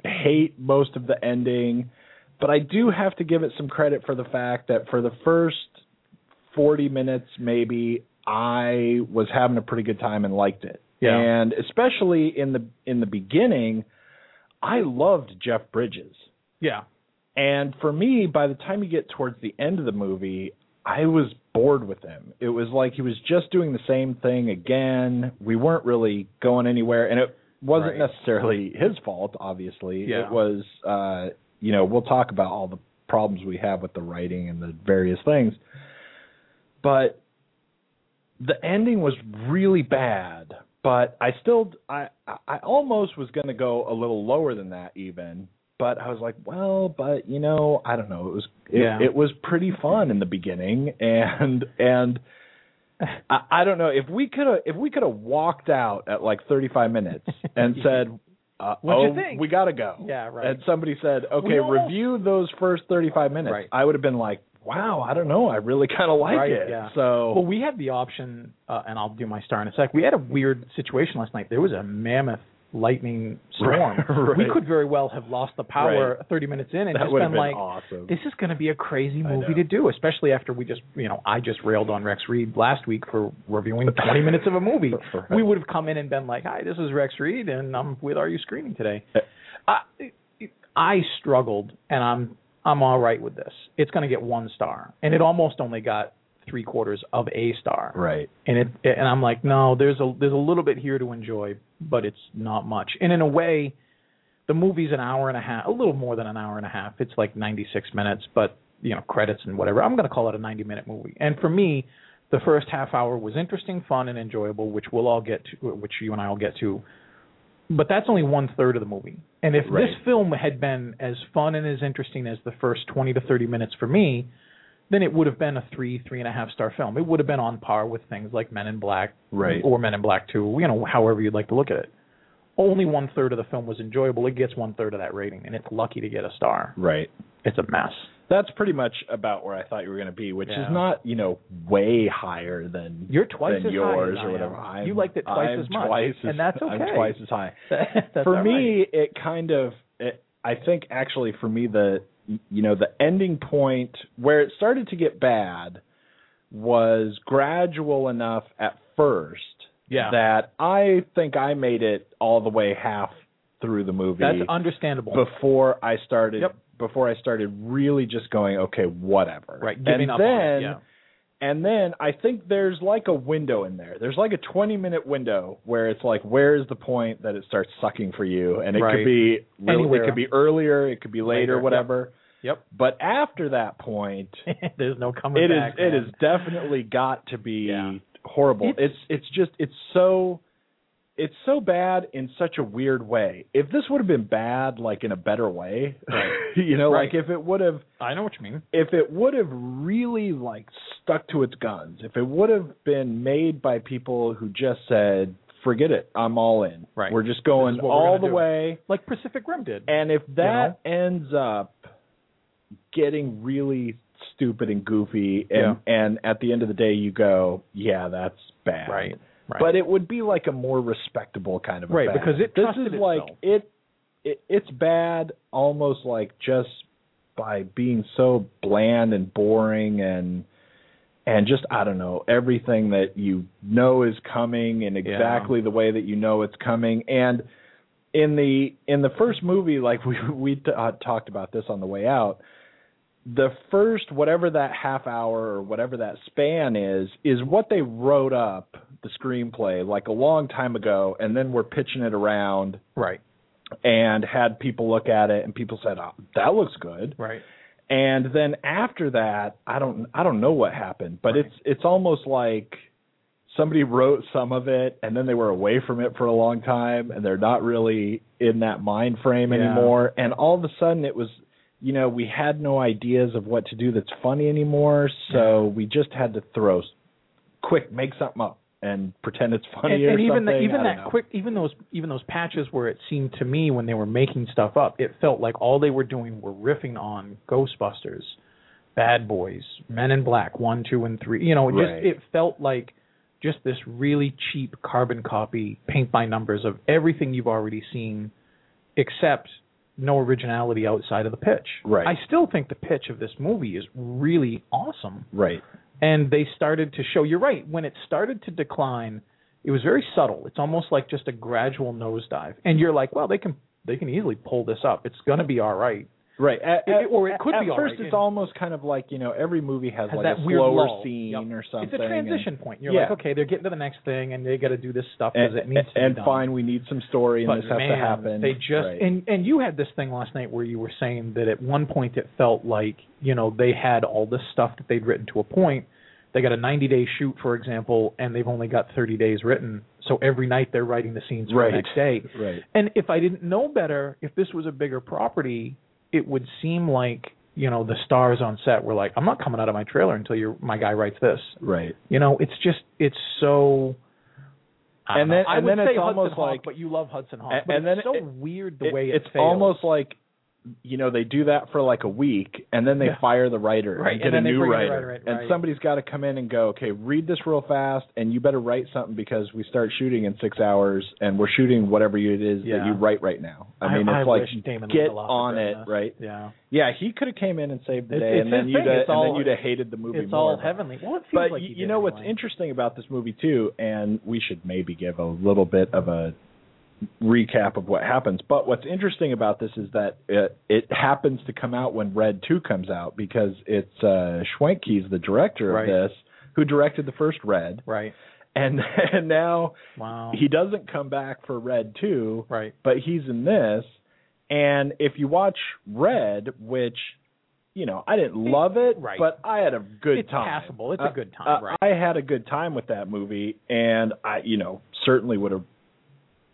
[SPEAKER 1] hate most of the ending, but I do have to give it some credit for the fact that for the first 40 minutes, maybe I was having a pretty good time and liked it.
[SPEAKER 3] Yeah.
[SPEAKER 1] And especially in the in the beginning, I loved Jeff Bridges.
[SPEAKER 3] Yeah.
[SPEAKER 1] And for me, by the time you get towards the end of the movie, I was bored with him. It was like he was just doing the same thing again. We weren't really going anywhere, and it wasn't
[SPEAKER 3] Right.
[SPEAKER 1] necessarily his fault. Obviously,
[SPEAKER 3] Yeah.
[SPEAKER 1] it was. Uh, you know, we'll talk about all the problems we have with the writing and the various things, but the ending was really bad. But I still, I, I I almost was going to go a little lower than that even. But I was like, well, but you know, I don't know. It was, it,
[SPEAKER 3] Yeah.
[SPEAKER 1] it was pretty fun in the beginning, and and I, I don't know if we could have if we could have walked out at like 35 minutes
[SPEAKER 3] (laughs)
[SPEAKER 1] and said, uh,
[SPEAKER 3] What'd you
[SPEAKER 1] oh,
[SPEAKER 3] think?
[SPEAKER 1] we got to go.
[SPEAKER 3] Yeah, right.
[SPEAKER 1] And somebody said, okay,
[SPEAKER 3] We almost-
[SPEAKER 1] review those first 35 minutes.
[SPEAKER 3] Right.
[SPEAKER 1] I would have been like, wow, I don't know. I really kind of like
[SPEAKER 3] Right,
[SPEAKER 1] it.
[SPEAKER 3] yeah.
[SPEAKER 1] So
[SPEAKER 3] Well, we had the option, uh, and I'll do my star in a sec. We had a weird situation last night. There was a mammoth lightning
[SPEAKER 1] (laughs)
[SPEAKER 3] storm.
[SPEAKER 1] Right.
[SPEAKER 3] We could very well have lost the power 30 minutes in and
[SPEAKER 1] that
[SPEAKER 3] just
[SPEAKER 1] would have
[SPEAKER 3] been
[SPEAKER 1] been
[SPEAKER 3] like,
[SPEAKER 1] awesome.
[SPEAKER 3] this is going to be a crazy
[SPEAKER 1] I
[SPEAKER 3] movie
[SPEAKER 1] know.
[SPEAKER 3] to do, especially after we just, you know, I just railed on Rex Reed last week for reviewing 20 minutes of a
[SPEAKER 1] (laughs)
[SPEAKER 3] movie.
[SPEAKER 1] Right.
[SPEAKER 3] We would have come in and been like, hi, this is Rex Reed, and I'm with Are You Screening today?
[SPEAKER 1] Eh,
[SPEAKER 3] I, I struggled, and I'm I'm all right with this. It's going to get one star, and it almost only got three quarters of a star.
[SPEAKER 1] right.
[SPEAKER 3] And it and I'm like, no, there's a there's a little bit here to enjoy, but it's not much. And in a way, The movie's an hour and a half, a little more than an hour and a half. It's like 96 minutes, but you know credits and whatever. I'm going to call it a 90 minute movie. And for me, the first half hour was interesting, fun, and enjoyable, which we'll all get to, which you and I will get to. But that's only one third of the movie. And if
[SPEAKER 1] Right.
[SPEAKER 3] this film had been as fun and as interesting as the first 20 to 30 minutes for me, then it would have been a three, three and a half star film. It would have been on par with things like Men in Black
[SPEAKER 1] Right.
[SPEAKER 3] or Men in Black 2, you know, however you'd like to look at it. Only one third of the film was enjoyable. It gets one third of that rating, and it's lucky to get a star.
[SPEAKER 1] Right.
[SPEAKER 3] It's a mess.
[SPEAKER 1] That's pretty much about where I thought you were going to be, which
[SPEAKER 3] Yeah.
[SPEAKER 1] is not, you know, way higher than
[SPEAKER 3] You're twice
[SPEAKER 1] than
[SPEAKER 3] as high
[SPEAKER 1] yours
[SPEAKER 3] as I
[SPEAKER 1] or
[SPEAKER 3] am.
[SPEAKER 1] whatever.
[SPEAKER 3] You
[SPEAKER 1] I'm-
[SPEAKER 3] liked it twice
[SPEAKER 1] I'm
[SPEAKER 3] as much,
[SPEAKER 1] twice as-
[SPEAKER 3] and that's okay.
[SPEAKER 1] I'm twice as high.
[SPEAKER 3] (laughs) That's
[SPEAKER 1] for
[SPEAKER 3] all right.
[SPEAKER 1] me, it kind of, it, I think actually for me the, you know, the ending point where it started to get bad was gradual enough at first
[SPEAKER 3] Yeah.
[SPEAKER 1] that I think I made it all the way half through the movie
[SPEAKER 3] that's understandable.
[SPEAKER 1] before I started
[SPEAKER 3] Yep.
[SPEAKER 1] before I started really just going okay whatever
[SPEAKER 3] right, giving
[SPEAKER 1] and
[SPEAKER 3] up
[SPEAKER 1] then
[SPEAKER 3] on it, yeah.
[SPEAKER 1] and then I think there's like a window in there there's like a 20 minute window where it's like where is the point that it starts sucking for you and it
[SPEAKER 3] Right.
[SPEAKER 1] could be really,
[SPEAKER 3] Anywhere.
[SPEAKER 1] it could be earlier it could be later,
[SPEAKER 3] Later, yep.
[SPEAKER 1] whatever
[SPEAKER 3] Yep.
[SPEAKER 1] but after that point
[SPEAKER 3] (laughs) There's no coming
[SPEAKER 1] it is
[SPEAKER 3] back.
[SPEAKER 1] it
[SPEAKER 3] man.
[SPEAKER 1] is definitely got to be
[SPEAKER 3] Yeah.
[SPEAKER 1] horrible. It's,
[SPEAKER 3] It's-
[SPEAKER 1] it's just it's so it's so bad in such a weird way. If this would have been bad like in a better way,
[SPEAKER 3] Right.
[SPEAKER 1] (laughs) you know,
[SPEAKER 3] Right.
[SPEAKER 1] like if it would have
[SPEAKER 3] I know what you mean.
[SPEAKER 1] if it would have really like stuck to its guns, if it would have been made by people who just said, "Forget it, I'm all in.
[SPEAKER 3] Right.
[SPEAKER 1] We're just going
[SPEAKER 3] This is what we're
[SPEAKER 1] all
[SPEAKER 3] gonna
[SPEAKER 1] the
[SPEAKER 3] do."
[SPEAKER 1] way."
[SPEAKER 3] Like Pacific Rim did.
[SPEAKER 1] And if that ends up getting really stupid and goofy, and and at the end of the day, you go, yeah, that's bad.
[SPEAKER 3] right. Right.
[SPEAKER 1] But it would be like a more respectable kind of a
[SPEAKER 3] Right,
[SPEAKER 1] bad.
[SPEAKER 3] because it
[SPEAKER 1] this
[SPEAKER 3] trusted
[SPEAKER 1] is like
[SPEAKER 3] itself.
[SPEAKER 1] it, it it's bad almost like just by being so bland and boring and and just I don't know everything that you know is coming and exactly the way that you know it's coming and in the in the first movie like we (laughs) we t- uh, talked about this on the way out the first whatever that half hour or whatever that span is is what they wrote up the screenplay like a long time ago and then we're pitching it around
[SPEAKER 3] right.
[SPEAKER 1] and had people look at it and people said oh, that looks good
[SPEAKER 3] Right.
[SPEAKER 1] and then after that i don't i don't know what happened but
[SPEAKER 3] Right.
[SPEAKER 1] it's it's almost like somebody wrote some of it and then they were away from it for a long time and they're not really in that mind frame
[SPEAKER 3] Yeah.
[SPEAKER 1] anymore and all of a sudden it was you know we had no ideas of what to do that's funny anymore so we just had to throw quick make something up and pretend it's funny
[SPEAKER 3] And,
[SPEAKER 1] or
[SPEAKER 3] and even
[SPEAKER 1] something
[SPEAKER 3] the,
[SPEAKER 1] I
[SPEAKER 3] even
[SPEAKER 1] don't
[SPEAKER 3] that
[SPEAKER 1] know.
[SPEAKER 3] quick, even those even those patches where it seemed to me when they were making stuff up, it felt like all they were doing were riffing on Ghostbusters, Bad Boys, Men in Black one, two, and three. You know, it
[SPEAKER 1] Right.
[SPEAKER 3] just it felt like just this really cheap carbon copy, paint by numbers of everything you've already seen, except no originality outside of the pitch.
[SPEAKER 1] Right.
[SPEAKER 3] I still think the pitch of this movie is really awesome
[SPEAKER 1] right
[SPEAKER 3] and they started to show you're right when it started to decline it was very subtle it's almost like just a gradual nosedive and you're like well they can they can easily pull this up it's going to be all right
[SPEAKER 1] Right, at,
[SPEAKER 3] It-
[SPEAKER 1] at-
[SPEAKER 3] or it could
[SPEAKER 1] at
[SPEAKER 3] be all
[SPEAKER 1] first.
[SPEAKER 3] right,
[SPEAKER 1] It's
[SPEAKER 3] yeah.
[SPEAKER 1] almost kind of like you know every movie has,
[SPEAKER 3] Has
[SPEAKER 1] like
[SPEAKER 3] that
[SPEAKER 1] a
[SPEAKER 3] weird
[SPEAKER 1] slower
[SPEAKER 3] lull.
[SPEAKER 1] scene
[SPEAKER 3] Yep.
[SPEAKER 1] or something.
[SPEAKER 3] it's a transition point you're
[SPEAKER 1] Yeah.
[SPEAKER 3] like okay they're getting to the next thing and they got to do this stuff
[SPEAKER 1] And,
[SPEAKER 3] because it needs to
[SPEAKER 1] and
[SPEAKER 3] be done.
[SPEAKER 1] fine, we need some story, and
[SPEAKER 3] but
[SPEAKER 1] this has
[SPEAKER 3] man,
[SPEAKER 1] to happen.
[SPEAKER 3] they just
[SPEAKER 1] Right.
[SPEAKER 3] and and you had this thing last night where you were saying that at one point it felt like you know they had all this stuff that they'd written to a point they got a 90 day shoot for example and they've only got 30 days written so every night they're writing the scenes for
[SPEAKER 1] Right.
[SPEAKER 3] the next day
[SPEAKER 1] Right.
[SPEAKER 3] and if i didn't know better if this was a bigger property it would seem like you know the stars on set were like i'm not coming out of my trailer until your my guy writes this
[SPEAKER 1] right.
[SPEAKER 3] you know it's just it's so I don't
[SPEAKER 1] And
[SPEAKER 3] know.
[SPEAKER 1] then-
[SPEAKER 3] I
[SPEAKER 1] and
[SPEAKER 3] would
[SPEAKER 1] then
[SPEAKER 3] say
[SPEAKER 1] it's
[SPEAKER 3] Hudson
[SPEAKER 1] almost
[SPEAKER 3] Hawk,
[SPEAKER 1] like-
[SPEAKER 3] but you love Hudson Hawk.
[SPEAKER 1] and-
[SPEAKER 3] but
[SPEAKER 1] and
[SPEAKER 3] it's
[SPEAKER 1] then
[SPEAKER 3] so
[SPEAKER 1] it-
[SPEAKER 3] weird the
[SPEAKER 1] It-
[SPEAKER 3] way it
[SPEAKER 1] it's
[SPEAKER 3] fails.
[SPEAKER 1] almost like you know they do that for like a week, and then they
[SPEAKER 3] Yeah.
[SPEAKER 1] fire the writer
[SPEAKER 3] Right, and
[SPEAKER 1] and get
[SPEAKER 3] then
[SPEAKER 1] a
[SPEAKER 3] they
[SPEAKER 1] new
[SPEAKER 3] bring in a
[SPEAKER 1] writer,
[SPEAKER 3] writer, right,
[SPEAKER 1] and
[SPEAKER 3] right.
[SPEAKER 1] somebody's got to come in and go, okay, read this real fast, and you better write something because we start shooting in six hours, and we're shooting whatever it is that
[SPEAKER 3] Yeah.
[SPEAKER 1] you write right now. I,
[SPEAKER 3] I-
[SPEAKER 1] mean,
[SPEAKER 3] I
[SPEAKER 1] it's like
[SPEAKER 3] wish Damon
[SPEAKER 1] get
[SPEAKER 3] Lindelof had
[SPEAKER 1] on
[SPEAKER 3] written
[SPEAKER 1] it,
[SPEAKER 3] this.
[SPEAKER 1] right?
[SPEAKER 3] yeah,
[SPEAKER 1] Yeah, he could have came in and saved the
[SPEAKER 3] It's-
[SPEAKER 1] day,
[SPEAKER 3] it's
[SPEAKER 1] and then
[SPEAKER 3] his
[SPEAKER 1] you'd
[SPEAKER 3] thing.
[SPEAKER 1] have,
[SPEAKER 3] It's
[SPEAKER 1] and
[SPEAKER 3] all-
[SPEAKER 1] then you'd have hated the movie
[SPEAKER 3] it's
[SPEAKER 1] more.
[SPEAKER 3] all heavenly. Well, it feels like
[SPEAKER 1] but y-
[SPEAKER 3] he
[SPEAKER 1] you
[SPEAKER 3] did
[SPEAKER 1] know what's
[SPEAKER 3] anyway.
[SPEAKER 1] interesting about this movie too, and we should maybe give a little bit of a recap of what happens. But what's interesting about this is that it, it happens to come out when Red Two comes out because it's uh, Schwenkes, the director of
[SPEAKER 3] Right.
[SPEAKER 1] this, who directed the first Red,
[SPEAKER 3] Right.
[SPEAKER 1] and (laughs) and now
[SPEAKER 3] Wow.
[SPEAKER 1] he doesn't come back for Red Two,
[SPEAKER 3] right.
[SPEAKER 1] but he's in this And if you watch Red, which you know I didn't love it,
[SPEAKER 3] Right.
[SPEAKER 1] but I had a good
[SPEAKER 3] It's
[SPEAKER 1] time.
[SPEAKER 3] passable. It's a good time,
[SPEAKER 1] uh,
[SPEAKER 3] right.
[SPEAKER 1] I had a good time with that movie, and I you know certainly would have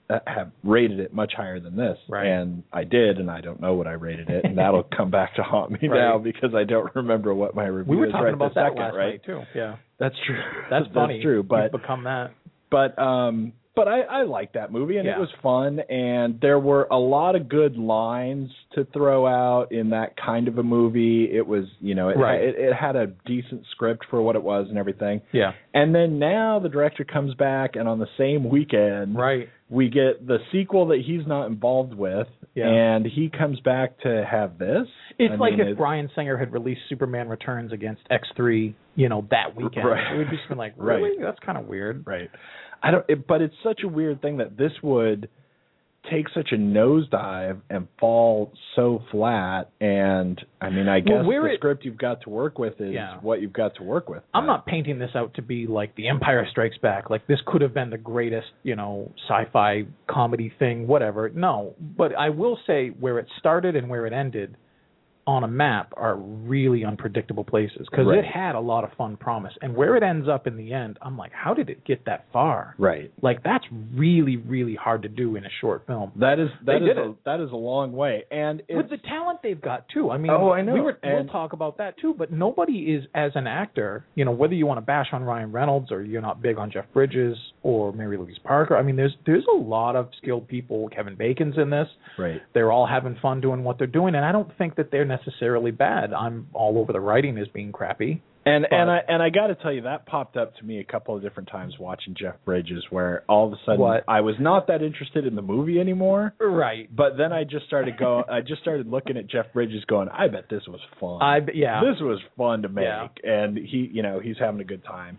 [SPEAKER 1] uh, have rated it much higher than this,
[SPEAKER 3] Right.
[SPEAKER 1] and I did, and I don't know what I rated it, and that'll come back to haunt
[SPEAKER 3] (laughs)
[SPEAKER 1] me
[SPEAKER 3] Right.
[SPEAKER 1] now because I don't remember what my review
[SPEAKER 3] We were
[SPEAKER 1] is
[SPEAKER 3] talking
[SPEAKER 1] right
[SPEAKER 3] about
[SPEAKER 1] this
[SPEAKER 3] that
[SPEAKER 1] second,
[SPEAKER 3] last
[SPEAKER 1] right?
[SPEAKER 3] night too. Yeah,
[SPEAKER 1] (laughs) That's true.
[SPEAKER 3] that's funny.
[SPEAKER 1] true,
[SPEAKER 3] You've
[SPEAKER 1] but
[SPEAKER 3] become that.
[SPEAKER 1] but um but I, I liked that movie and
[SPEAKER 3] Yeah.
[SPEAKER 1] it was fun and there were a lot of good lines to throw out in that kind of a movie. It was you know it
[SPEAKER 3] Right.
[SPEAKER 1] it, it had a decent script for what it was and everything.
[SPEAKER 3] Yeah,
[SPEAKER 1] And then now the director comes back and on the same weekend
[SPEAKER 3] right.
[SPEAKER 1] we get the sequel that he's not involved with
[SPEAKER 3] Yeah.
[SPEAKER 1] and he comes back to have this.
[SPEAKER 3] It's
[SPEAKER 1] I
[SPEAKER 3] like
[SPEAKER 1] mean,
[SPEAKER 3] if
[SPEAKER 1] it-
[SPEAKER 3] Brian Singer had released Superman Returns against X three, you know, that weekend.
[SPEAKER 1] Right.
[SPEAKER 3] It would just been like,
[SPEAKER 1] (laughs) Right.
[SPEAKER 3] really? That's kind of weird.
[SPEAKER 1] Right. I don't. It, but it's such a weird thing that this would take such a nosedive and fall so flat. And I mean, I guess
[SPEAKER 3] where
[SPEAKER 1] the
[SPEAKER 3] it-
[SPEAKER 1] script you've got to work with is
[SPEAKER 3] Yeah.
[SPEAKER 1] what you've got to work with.
[SPEAKER 3] I'm not painting this out to be like The Empire Strikes Back. Like this could have been the greatest, you know, sci-fi comedy thing, whatever. No, but I will say where it started and where it ended on a map are really unpredictable places because
[SPEAKER 1] Right.
[SPEAKER 3] it had a lot of fun promise. And where it ends up in the end, I'm like, how did it get that far?
[SPEAKER 1] Right.
[SPEAKER 3] Like that's really, really hard to do in a short film.
[SPEAKER 1] That is that
[SPEAKER 3] They
[SPEAKER 1] is
[SPEAKER 3] did
[SPEAKER 1] a, that is a long way. And
[SPEAKER 3] with
[SPEAKER 1] it's
[SPEAKER 3] the talent they've got too. I mean,
[SPEAKER 1] Oh, I know.
[SPEAKER 3] We were,
[SPEAKER 1] And-
[SPEAKER 3] we'll talk about that too. But nobody is as an actor. You know, whether you want to bash on Ryan Reynolds or you're not big on Jeff Bridges or Mary Louise Parker. I mean, there's there's a lot of skilled people. Kevin Bacon's in this.
[SPEAKER 1] right.
[SPEAKER 3] They're all having fun doing what they're doing, and I don't think that they're necessarily bad. I'm all over the writing as being crappy.
[SPEAKER 1] And
[SPEAKER 3] But-
[SPEAKER 1] and I and I got to tell you that popped up to me a couple of different times watching Jeff Bridges, where all of a sudden
[SPEAKER 3] What?
[SPEAKER 1] I was not that interested in the movie anymore.
[SPEAKER 3] Right.
[SPEAKER 1] But then I just started
[SPEAKER 3] (laughs)
[SPEAKER 1] go. I just started looking at Jeff Bridges, going, "I bet this was fun.
[SPEAKER 3] I yeah.
[SPEAKER 1] this was fun to make
[SPEAKER 3] Yeah.
[SPEAKER 1] and he you know he's having a good time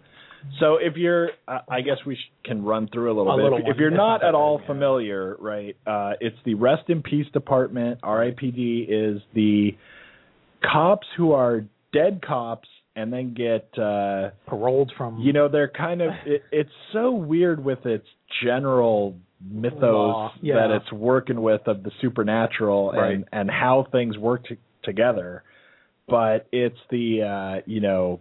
[SPEAKER 1] so if you're i I guess we sh- can run through a little
[SPEAKER 3] A
[SPEAKER 1] bit
[SPEAKER 3] little
[SPEAKER 1] if,
[SPEAKER 3] one.
[SPEAKER 1] if you're
[SPEAKER 3] It's
[SPEAKER 1] not
[SPEAKER 3] not
[SPEAKER 1] at
[SPEAKER 3] that
[SPEAKER 1] all
[SPEAKER 3] bad, yeah.
[SPEAKER 1] familiar right uh it's the rest in peace department ripd is the cops who are dead cops and then get uh
[SPEAKER 3] Paroled from
[SPEAKER 1] you know they're kind of it, it's so weird with its general mythos
[SPEAKER 3] Law, yeah.
[SPEAKER 1] that it's working with of the supernatural and
[SPEAKER 3] Right.
[SPEAKER 1] and how things work t- together but it's the uh you know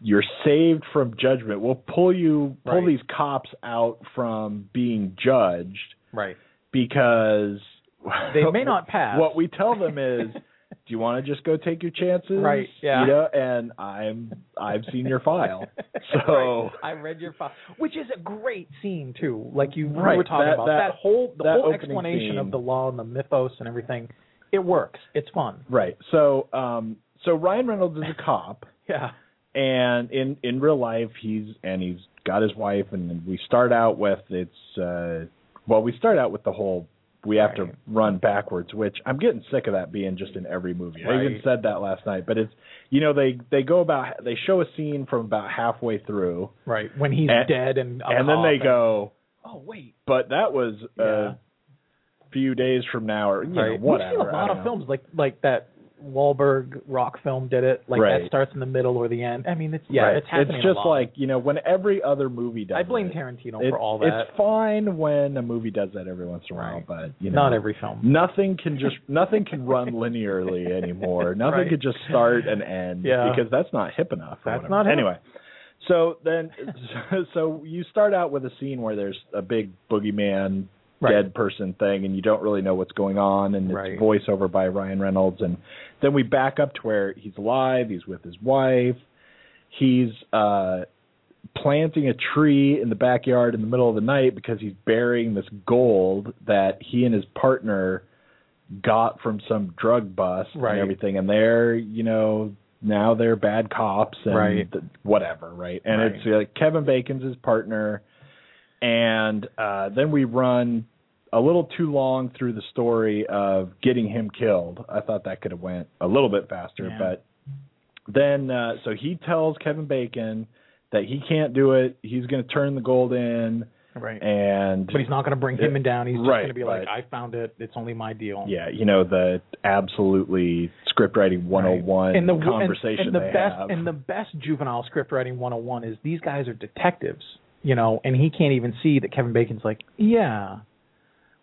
[SPEAKER 1] you're saved from judgment we'll pull you pull
[SPEAKER 3] Right.
[SPEAKER 1] these cops out from being judged
[SPEAKER 3] right.
[SPEAKER 1] because
[SPEAKER 3] They may not pass.
[SPEAKER 1] what we tell them is (laughs) do you want to just go take your chances
[SPEAKER 3] Right, yeah.
[SPEAKER 1] you know and i'm i've seen your file so
[SPEAKER 3] (laughs) Right. I read your file, which is a great scene too. Like you, you were
[SPEAKER 1] Right,
[SPEAKER 3] talking
[SPEAKER 1] that-
[SPEAKER 3] about
[SPEAKER 1] that-
[SPEAKER 3] that, whole the
[SPEAKER 1] that
[SPEAKER 3] whole
[SPEAKER 1] opening
[SPEAKER 3] explanation
[SPEAKER 1] scene.
[SPEAKER 3] of the law and the mythos and everything. It works. It's fun.
[SPEAKER 1] Right. So um so Ryan Reynolds is a cop
[SPEAKER 3] Yeah.
[SPEAKER 1] and in in real life he's and he's got his wife and we start out with it's uh well we start out with the whole we have to
[SPEAKER 3] Right.
[SPEAKER 1] run backwards which I'm getting sick of that being just in every movie. I even
[SPEAKER 3] Right.
[SPEAKER 1] said that last night, but it's you know they they go about they show a scene from about halfway through
[SPEAKER 3] Right. When he's
[SPEAKER 1] And-
[SPEAKER 3] dead and a
[SPEAKER 1] and then
[SPEAKER 3] cop
[SPEAKER 1] they
[SPEAKER 3] and-
[SPEAKER 1] go
[SPEAKER 3] Oh wait.
[SPEAKER 1] but that was
[SPEAKER 3] Yeah.
[SPEAKER 1] a few days from now or you know,
[SPEAKER 3] Right. We've
[SPEAKER 1] whatever.
[SPEAKER 3] seen a
[SPEAKER 1] I
[SPEAKER 3] lot
[SPEAKER 1] don't
[SPEAKER 3] of
[SPEAKER 1] know.
[SPEAKER 3] films like like that. Wahlberg rock film did it. Like
[SPEAKER 1] Right.
[SPEAKER 3] that starts in the middle or the end. I mean, it's yeah,
[SPEAKER 1] Right.
[SPEAKER 3] it's happening.
[SPEAKER 1] just
[SPEAKER 3] a lot.
[SPEAKER 1] like, you know, when every other movie does
[SPEAKER 3] I blame
[SPEAKER 1] it,
[SPEAKER 3] Tarantino
[SPEAKER 1] It's-
[SPEAKER 3] for all that.
[SPEAKER 1] It's fine when a movie does that every once in a while,
[SPEAKER 3] Right.
[SPEAKER 1] but you know,
[SPEAKER 3] Not every film.
[SPEAKER 1] nothing can
[SPEAKER 3] (laughs)
[SPEAKER 1] just nothing can run linearly anymore. Nothing
[SPEAKER 3] Right.
[SPEAKER 1] could just start and end
[SPEAKER 3] Yeah.
[SPEAKER 1] because that's not hip enough. or
[SPEAKER 3] That's
[SPEAKER 1] whatever.
[SPEAKER 3] not hip.
[SPEAKER 1] anyway. So then, (laughs) so you start out with a scene where there's a big boogeyman
[SPEAKER 3] Right.
[SPEAKER 1] dead person thing, and you don't really know what's going on, and
[SPEAKER 3] Right.
[SPEAKER 1] it's voiceover by Ryan Reynolds, and then we back up to where he's alive, he's with his wife, he's uh planting a tree in the backyard in the middle of the night because he's burying this gold that he and his partner got from some drug bust
[SPEAKER 3] Right.
[SPEAKER 1] and everything and they're you know now they're bad cops and
[SPEAKER 3] Right.
[SPEAKER 1] th- whatever right and
[SPEAKER 3] Right.
[SPEAKER 1] it's uh, kevin bacon's his partner and uh then we run a little too long through the story of getting him killed i thought that could have went a little bit faster
[SPEAKER 3] Yeah.
[SPEAKER 1] but then uh so he tells Kevin Bacon that he can't do it. He's going to turn the gold in
[SPEAKER 3] Right.
[SPEAKER 1] and
[SPEAKER 3] But he's not going to bring him
[SPEAKER 1] Yeah.
[SPEAKER 3] down. He's just
[SPEAKER 1] Right,
[SPEAKER 3] going to be like,
[SPEAKER 1] right.
[SPEAKER 3] I found it. It's only my deal.
[SPEAKER 1] yeah, you know the absolutely script writing 101
[SPEAKER 3] Right. and the,
[SPEAKER 1] conversation
[SPEAKER 3] and, and the
[SPEAKER 1] they
[SPEAKER 3] best
[SPEAKER 1] have. (laughs)
[SPEAKER 3] and the best juvenile script writing 101 is these guys are detectives you know and he can't even see that kevin bacon's like yeah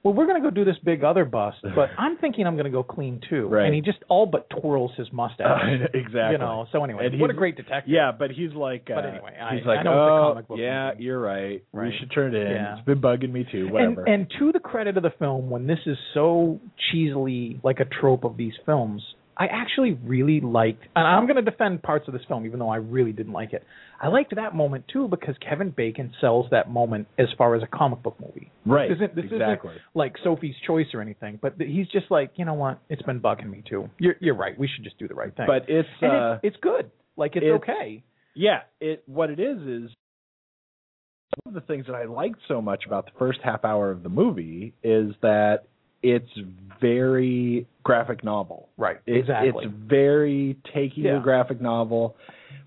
[SPEAKER 3] well, we're going to go do this big other
[SPEAKER 1] (laughs)
[SPEAKER 3] bust, but I'm thinking I'm going to go clean too.
[SPEAKER 1] Right.
[SPEAKER 3] And he just all but twirls his mustache.
[SPEAKER 1] (laughs) exactly.
[SPEAKER 3] You know, so anyway,
[SPEAKER 1] And
[SPEAKER 3] what a
[SPEAKER 1] he's-
[SPEAKER 3] great detective.
[SPEAKER 1] Yeah, but he's like, uh,
[SPEAKER 3] But anyway, I-
[SPEAKER 1] he's like,
[SPEAKER 3] I know it's a
[SPEAKER 1] oh,
[SPEAKER 3] comic book
[SPEAKER 1] yeah,
[SPEAKER 3] movie."
[SPEAKER 1] you're right.
[SPEAKER 3] Right.
[SPEAKER 1] We should turn it in.
[SPEAKER 3] Yeah.
[SPEAKER 1] It's been bugging me too.
[SPEAKER 3] And,
[SPEAKER 1] Whatever.
[SPEAKER 3] and to the credit of the film, when this is so cheesily like a trope of these films, I actually really liked, and I'm going to defend parts of this film, even though I really didn't like it. I liked that moment too because Kevin Bacon sells that moment as far as a comic book movie.
[SPEAKER 1] right.
[SPEAKER 3] This isn't, this
[SPEAKER 1] exactly.
[SPEAKER 3] isn't like Sophie's Choice or anything, but th- he's just like, you know what? It's been bugging me too. You're, you're right. We should just do the right thing.
[SPEAKER 1] but it's,
[SPEAKER 3] and
[SPEAKER 1] uh,
[SPEAKER 3] it's, it's good. Like it's,
[SPEAKER 1] it's-
[SPEAKER 3] okay.
[SPEAKER 1] yeah. It what it is is one of the things that I liked so much about the first half hour of the movie is that it's very graphic novel.
[SPEAKER 3] Right.
[SPEAKER 1] It-
[SPEAKER 3] exactly.
[SPEAKER 1] It's very taking
[SPEAKER 3] Yeah.
[SPEAKER 1] the graphic novel.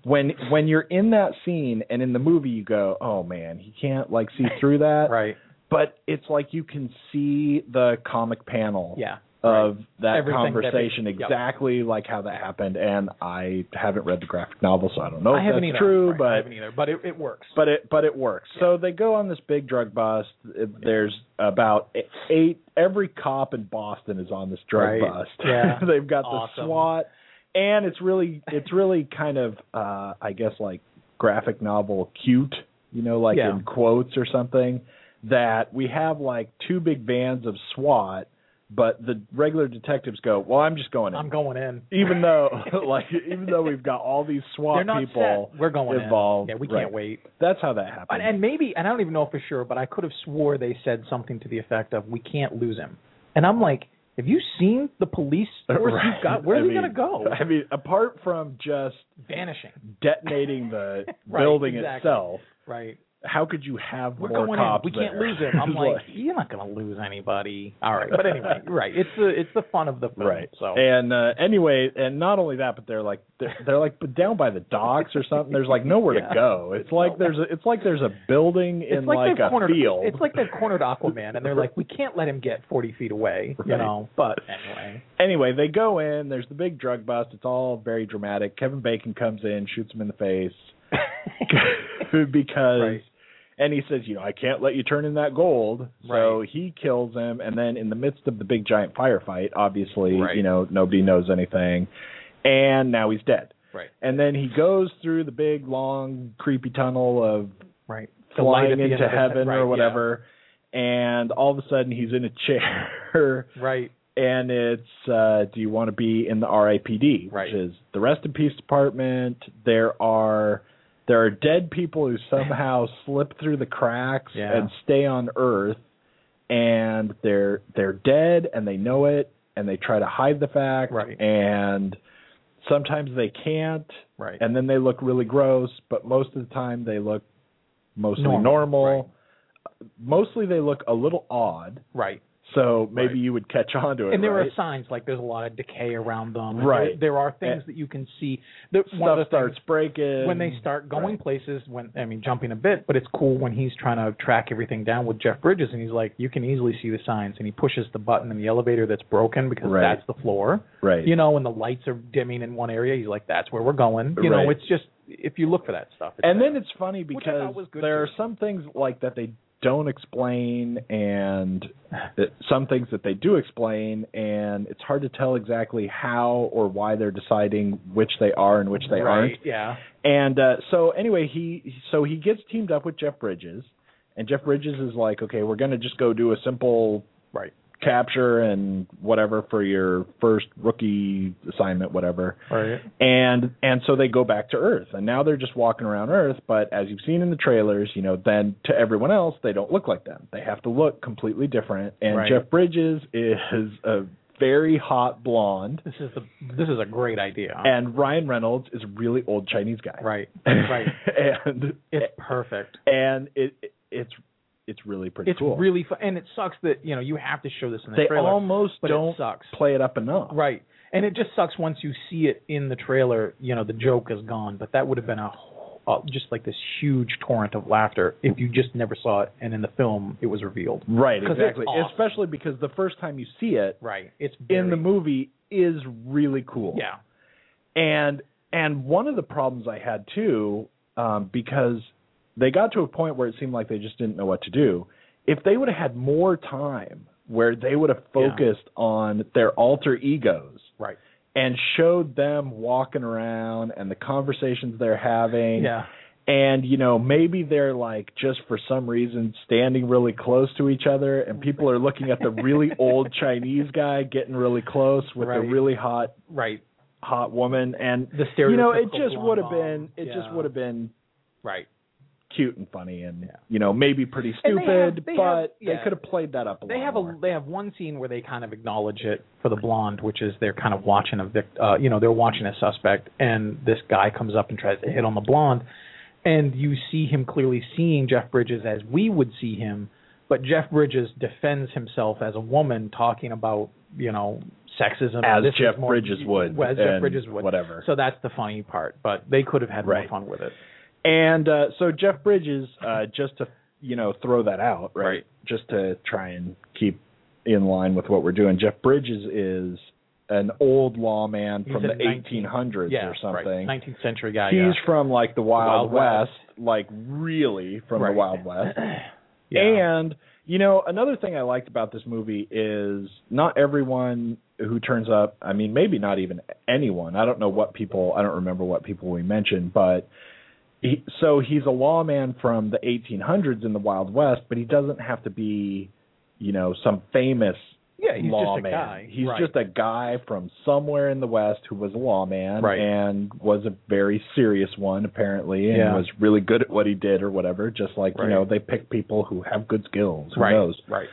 [SPEAKER 1] When when you're in that scene and in the movie, you go, "Oh man, he can't like see through
[SPEAKER 3] (laughs)
[SPEAKER 1] that."
[SPEAKER 3] right.
[SPEAKER 1] But it's like you can see the comic panel
[SPEAKER 3] Yeah.
[SPEAKER 1] of that
[SPEAKER 3] Everything,
[SPEAKER 1] conversation
[SPEAKER 3] everything. Yep.
[SPEAKER 1] exactly like how that happened. And I haven't read the graphic novel, so I don't know if
[SPEAKER 3] I haven't
[SPEAKER 1] that's
[SPEAKER 3] either.
[SPEAKER 1] true.
[SPEAKER 3] Right, I
[SPEAKER 1] But
[SPEAKER 3] haven't either. But it, it works.
[SPEAKER 1] but it but it works. So they go on this big drug bust. It- There's about e- eight. Every cop in Boston is on this
[SPEAKER 3] Right.
[SPEAKER 1] drug bust.
[SPEAKER 3] Yeah.
[SPEAKER 1] (laughs) They've got the
[SPEAKER 3] Awesome.
[SPEAKER 1] SWAT, and it's really it's really kind of uh I guess like graphic novel cute, you know, like
[SPEAKER 3] Yeah.
[SPEAKER 1] in quotes or something. That we have like two big bands of SWAT, but the regular detectives go, well, I'm just going in.
[SPEAKER 3] I'm going in.
[SPEAKER 1] even though, (laughs) like, even though we've got all these SWAT
[SPEAKER 3] They're not
[SPEAKER 1] people
[SPEAKER 3] set. We're going
[SPEAKER 1] involved,
[SPEAKER 3] In. Yeah, we
[SPEAKER 1] right.
[SPEAKER 3] can't wait.
[SPEAKER 1] That's how that happened.
[SPEAKER 3] And, and maybe, and I don't even know for sure, but I could have swore they said something to the effect of, "We can't lose him." And I'm like, "Have you seen the police force
[SPEAKER 1] (laughs) Right.
[SPEAKER 3] you've got? Where are
[SPEAKER 1] I
[SPEAKER 3] they
[SPEAKER 1] mean-
[SPEAKER 3] gonna
[SPEAKER 1] (laughs)
[SPEAKER 3] go?
[SPEAKER 1] I mean, apart from just
[SPEAKER 3] Vanishing, (laughs)
[SPEAKER 1] detonating the
[SPEAKER 3] Right,
[SPEAKER 1] building
[SPEAKER 3] exactly.
[SPEAKER 1] itself,
[SPEAKER 3] right?
[SPEAKER 1] how could you have
[SPEAKER 3] We're
[SPEAKER 1] more
[SPEAKER 3] going
[SPEAKER 1] cops
[SPEAKER 3] in. We can't
[SPEAKER 1] there?
[SPEAKER 3] lose
[SPEAKER 1] (laughs)
[SPEAKER 3] him." I'm
[SPEAKER 1] It's
[SPEAKER 3] like, "You're not gonna lose anybody." All right, but anyway,
[SPEAKER 1] (laughs)
[SPEAKER 3] right? It's the it's the fun of the film.
[SPEAKER 1] right.
[SPEAKER 3] So
[SPEAKER 1] And uh, anyway, and not only that, but they're like they're, they're like down by the docks or something. There's like nowhere
[SPEAKER 3] (laughs) Yeah.
[SPEAKER 1] to go. It's like there's a it's like there's a building
[SPEAKER 3] it's
[SPEAKER 1] in
[SPEAKER 3] like,
[SPEAKER 1] like,
[SPEAKER 3] they've
[SPEAKER 1] a
[SPEAKER 3] cornered.
[SPEAKER 1] field.
[SPEAKER 3] It's like they've cornered Aquaman, and they're like, "We can't let him get 40 feet away," you
[SPEAKER 1] Right.
[SPEAKER 3] know. But anyway,
[SPEAKER 1] anyway, they go in. There's the big drug bust. It's all very dramatic. Kevin Bacon comes in, shoots him in the
[SPEAKER 3] (laughs)
[SPEAKER 1] face. because
[SPEAKER 3] Right.
[SPEAKER 1] and he says, you know, I can't let you turn in that gold. So
[SPEAKER 3] Right.
[SPEAKER 1] he kills him and then in the midst of the big giant firefight, obviously,
[SPEAKER 3] Right.
[SPEAKER 1] you know, nobody knows anything. And now he's dead.
[SPEAKER 3] right,
[SPEAKER 1] And then he goes through the big long creepy tunnel of
[SPEAKER 3] right. The light at
[SPEAKER 1] flying
[SPEAKER 3] the end
[SPEAKER 1] into
[SPEAKER 3] of the-
[SPEAKER 1] heaven
[SPEAKER 3] right,
[SPEAKER 1] or
[SPEAKER 3] yeah.
[SPEAKER 1] whatever. And all of a sudden he's in a chair (laughs)
[SPEAKER 3] Right.
[SPEAKER 1] and it's uh do you want to be in the RIPD
[SPEAKER 3] Right.
[SPEAKER 1] which is the rest in peace department there are there are dead people who
[SPEAKER 3] (laughs)
[SPEAKER 1] somehow slip through the cracks
[SPEAKER 3] Yeah.
[SPEAKER 1] and stay on earth and they're they're dead and they know it and they try to hide the fact
[SPEAKER 3] Right.
[SPEAKER 1] and sometimes they can't
[SPEAKER 3] Right.
[SPEAKER 1] and then they look really gross but most of the time they look mostly normal,
[SPEAKER 3] Normal,
[SPEAKER 1] mostly they look a little odd
[SPEAKER 3] right.
[SPEAKER 1] so maybe
[SPEAKER 3] Right.
[SPEAKER 1] you would catch on to it
[SPEAKER 3] And there
[SPEAKER 1] right?
[SPEAKER 3] are signs like there's a lot of decay around them. and
[SPEAKER 1] Right.
[SPEAKER 3] There, there are things that you can see. That one of
[SPEAKER 1] stuff
[SPEAKER 3] the
[SPEAKER 1] starts
[SPEAKER 3] things,
[SPEAKER 1] breaking
[SPEAKER 3] when they start going
[SPEAKER 1] Right.
[SPEAKER 3] places. When I mean jumping a bit, but it's cool when he's trying to track everything down with Jeff Bridges, and he's like, you can easily see the signs, and he pushes the button in the elevator that's broken because
[SPEAKER 1] Right.
[SPEAKER 3] that's the floor.
[SPEAKER 1] Right.
[SPEAKER 3] You know, and the lights are dimming in one area. He's like, that's where we're going. You know,
[SPEAKER 1] Right.
[SPEAKER 3] it's just if you look for that stuff. It's
[SPEAKER 1] and
[SPEAKER 3] there.
[SPEAKER 1] then it's funny
[SPEAKER 3] Which I thought
[SPEAKER 1] because
[SPEAKER 3] was good
[SPEAKER 1] there are
[SPEAKER 3] too.
[SPEAKER 1] some things like that they don't explain and that some things that they do explain and it's hard to tell exactly how or why they're deciding which they are and which they
[SPEAKER 3] right.
[SPEAKER 1] aren't
[SPEAKER 3] Yeah.
[SPEAKER 1] and uh, so anyway he so he gets teamed up with jeff bridges and jeff bridges is like okay we're going to just go do a simple
[SPEAKER 3] Right.
[SPEAKER 1] capture and whatever for your first rookie assignment whatever
[SPEAKER 3] Right.
[SPEAKER 1] and and so they go back to earth and now they're just walking around earth but as you've seen in the trailers you know then to everyone else they don't look like them they have to look completely different and
[SPEAKER 3] Right.
[SPEAKER 1] jeff bridges is a very hot blonde
[SPEAKER 3] This is the this is a great idea.
[SPEAKER 1] and ryan reynolds is a really old chinese guy (laughs)
[SPEAKER 3] right. Right.
[SPEAKER 1] and
[SPEAKER 3] It's perfect.
[SPEAKER 1] and it, it it's it's really pretty
[SPEAKER 3] It's
[SPEAKER 1] cool
[SPEAKER 3] really fun, and it sucks that you know you have to show this in the
[SPEAKER 1] they
[SPEAKER 3] trailer.
[SPEAKER 1] almost
[SPEAKER 3] but it
[SPEAKER 1] don't
[SPEAKER 3] sucks.
[SPEAKER 1] play it up enough
[SPEAKER 3] right, and it just sucks once you see it in the trailer. You know the joke is gone, but that would have been a uh, just like this huge torrent of laughter if you just never saw it, and in the film it was revealed.
[SPEAKER 1] right
[SPEAKER 3] 'Cause it's
[SPEAKER 1] exactly
[SPEAKER 3] awesome.
[SPEAKER 1] especially because the first time you see it
[SPEAKER 3] Right, it's
[SPEAKER 1] in the movie is really cool
[SPEAKER 3] Yeah,
[SPEAKER 1] and and one of the problems I had too, um, because they got to a point where it seemed like they just didn't know what to do. If they would have had more time where they would have focused on their alter egos
[SPEAKER 3] Right.
[SPEAKER 1] and showed them walking around and the conversations they're having
[SPEAKER 3] Yeah.
[SPEAKER 1] and you know maybe they're like just for some reason standing really close to each other and people are looking at
[SPEAKER 3] (laughs)
[SPEAKER 1] the really old chinese guy getting really close with the
[SPEAKER 3] Right.
[SPEAKER 1] really hot
[SPEAKER 3] Right.
[SPEAKER 1] hot woman and
[SPEAKER 3] The
[SPEAKER 1] you know it
[SPEAKER 3] stereotypical
[SPEAKER 1] just
[SPEAKER 3] blonde
[SPEAKER 1] would have
[SPEAKER 3] mom.
[SPEAKER 1] been it just
[SPEAKER 3] Yeah.
[SPEAKER 1] would have been
[SPEAKER 3] Right.
[SPEAKER 1] cute and funny and
[SPEAKER 3] Yeah.
[SPEAKER 1] you know maybe pretty
[SPEAKER 3] And
[SPEAKER 1] stupid
[SPEAKER 3] they have- they
[SPEAKER 1] but
[SPEAKER 3] have-
[SPEAKER 1] they
[SPEAKER 3] yeah.
[SPEAKER 1] could have played that up a
[SPEAKER 3] They
[SPEAKER 1] lot
[SPEAKER 3] have
[SPEAKER 1] more.
[SPEAKER 3] a they have one scene where they kind of acknowledge it for the blonde, which is they're kind of watching a vic, uh, you know, they're watching a suspect, and this guy comes up and tries to hit on the blonde, and you see him clearly seeing Jeff Bridges as we would see him, but Jeff Bridges defends himself as a woman, talking about you know sexism
[SPEAKER 1] As
[SPEAKER 3] This is
[SPEAKER 1] Jeff
[SPEAKER 3] more-
[SPEAKER 1] Bridges would,
[SPEAKER 3] well, as
[SPEAKER 1] and
[SPEAKER 3] Jeff Bridges would,
[SPEAKER 1] whatever.
[SPEAKER 3] So that's the funny part, but they could have had
[SPEAKER 1] Right.
[SPEAKER 3] more fun with it.
[SPEAKER 1] And uh, so Jeff Bridges, uh, just to you know throw that out, right?
[SPEAKER 3] Right.
[SPEAKER 1] Just to try and keep in line with what we're doing. Jeff Bridges is an old lawman
[SPEAKER 3] He's
[SPEAKER 1] from the
[SPEAKER 3] a 19
[SPEAKER 1] 1800s
[SPEAKER 3] yeah,
[SPEAKER 1] or something.
[SPEAKER 3] right. 19th century guy.
[SPEAKER 1] He's
[SPEAKER 3] yeah.
[SPEAKER 1] from like the
[SPEAKER 3] Wild
[SPEAKER 1] Wild,
[SPEAKER 3] West.
[SPEAKER 1] West, like really from
[SPEAKER 3] Right.
[SPEAKER 1] the
[SPEAKER 3] (clears throat)
[SPEAKER 1] Wild West.
[SPEAKER 3] Yeah.
[SPEAKER 1] And you know, another thing I liked about this movie is not everyone who turns up, I mean maybe not even anyone. I don't know what people, I don't remember what people we mentioned, but he, so he's a lawman from the 1800s in the Wild West, but he doesn't have to be, you know, some famous
[SPEAKER 3] yeah, he's
[SPEAKER 1] lawman.
[SPEAKER 3] just a guy.
[SPEAKER 1] He's
[SPEAKER 3] right.
[SPEAKER 1] just a guy from somewhere in the West who was a lawman
[SPEAKER 3] Right.
[SPEAKER 1] and was a very serious one apparently, and
[SPEAKER 3] Yeah.
[SPEAKER 1] was really good at what he did or whatever. Just like
[SPEAKER 3] Right.
[SPEAKER 1] you know, they pick people who have good skills. Who
[SPEAKER 3] right.
[SPEAKER 1] knows?
[SPEAKER 3] Right.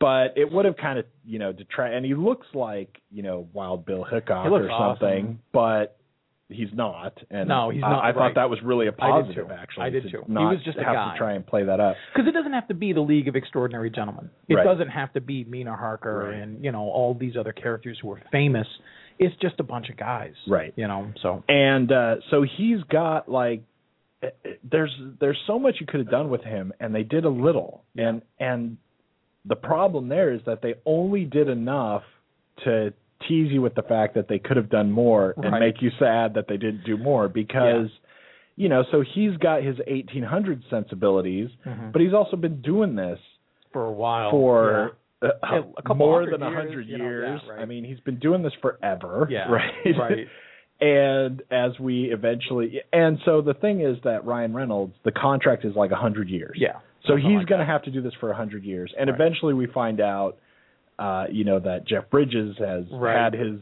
[SPEAKER 1] But it would have kind of you know detract. And he looks like you know Wild Bill Hickok
[SPEAKER 3] He looks
[SPEAKER 1] or something,
[SPEAKER 3] awesome.
[SPEAKER 1] but. He's not, and
[SPEAKER 3] No, he's
[SPEAKER 1] I-
[SPEAKER 3] not,
[SPEAKER 1] I, thought
[SPEAKER 3] right.
[SPEAKER 1] that was really a
[SPEAKER 3] I did
[SPEAKER 1] positive.
[SPEAKER 3] too.
[SPEAKER 1] Actually,
[SPEAKER 3] I did
[SPEAKER 1] to
[SPEAKER 3] too. He
[SPEAKER 1] Not
[SPEAKER 3] was just a
[SPEAKER 1] have
[SPEAKER 3] guy.
[SPEAKER 1] to try and play that up.
[SPEAKER 3] Because it doesn't have to be the League of Extraordinary Gentlemen. It
[SPEAKER 1] Right.
[SPEAKER 3] doesn't have to be Mina Harker
[SPEAKER 1] Right.
[SPEAKER 3] and you know all these other characters who are famous. It's just a bunch of guys.
[SPEAKER 1] Right.
[SPEAKER 3] You know. So
[SPEAKER 1] and uh so he's got like eh, eh, there's there's so much you could have done with him and they did a little and and the problem there is that they only did enough to tease you with the fact that they could have done more and
[SPEAKER 3] Right.
[SPEAKER 1] make you sad that they didn't do more because you know so he's got his 1800 sensibilities
[SPEAKER 3] Mhm.
[SPEAKER 1] but he's also been doing this
[SPEAKER 3] for a while.
[SPEAKER 1] for uh,
[SPEAKER 3] Oh, Yeah, a couple
[SPEAKER 1] more
[SPEAKER 3] hundred
[SPEAKER 1] than a
[SPEAKER 3] years,
[SPEAKER 1] hundred
[SPEAKER 3] you
[SPEAKER 1] years.
[SPEAKER 3] know, yeah, right.
[SPEAKER 1] I mean, he's been doing this forever,
[SPEAKER 3] Yeah,
[SPEAKER 1] (laughs) right?
[SPEAKER 3] right.
[SPEAKER 1] and as we eventually, and so the thing is that Ryan Reynolds, the contract is like a hundred years.
[SPEAKER 3] Yeah.
[SPEAKER 1] So
[SPEAKER 3] something
[SPEAKER 1] he's
[SPEAKER 3] like
[SPEAKER 1] going to have to do this for a hundred years, and
[SPEAKER 3] Right.
[SPEAKER 1] eventually we find out, uh, you know, that Jeff Bridges has
[SPEAKER 3] Right.
[SPEAKER 1] had his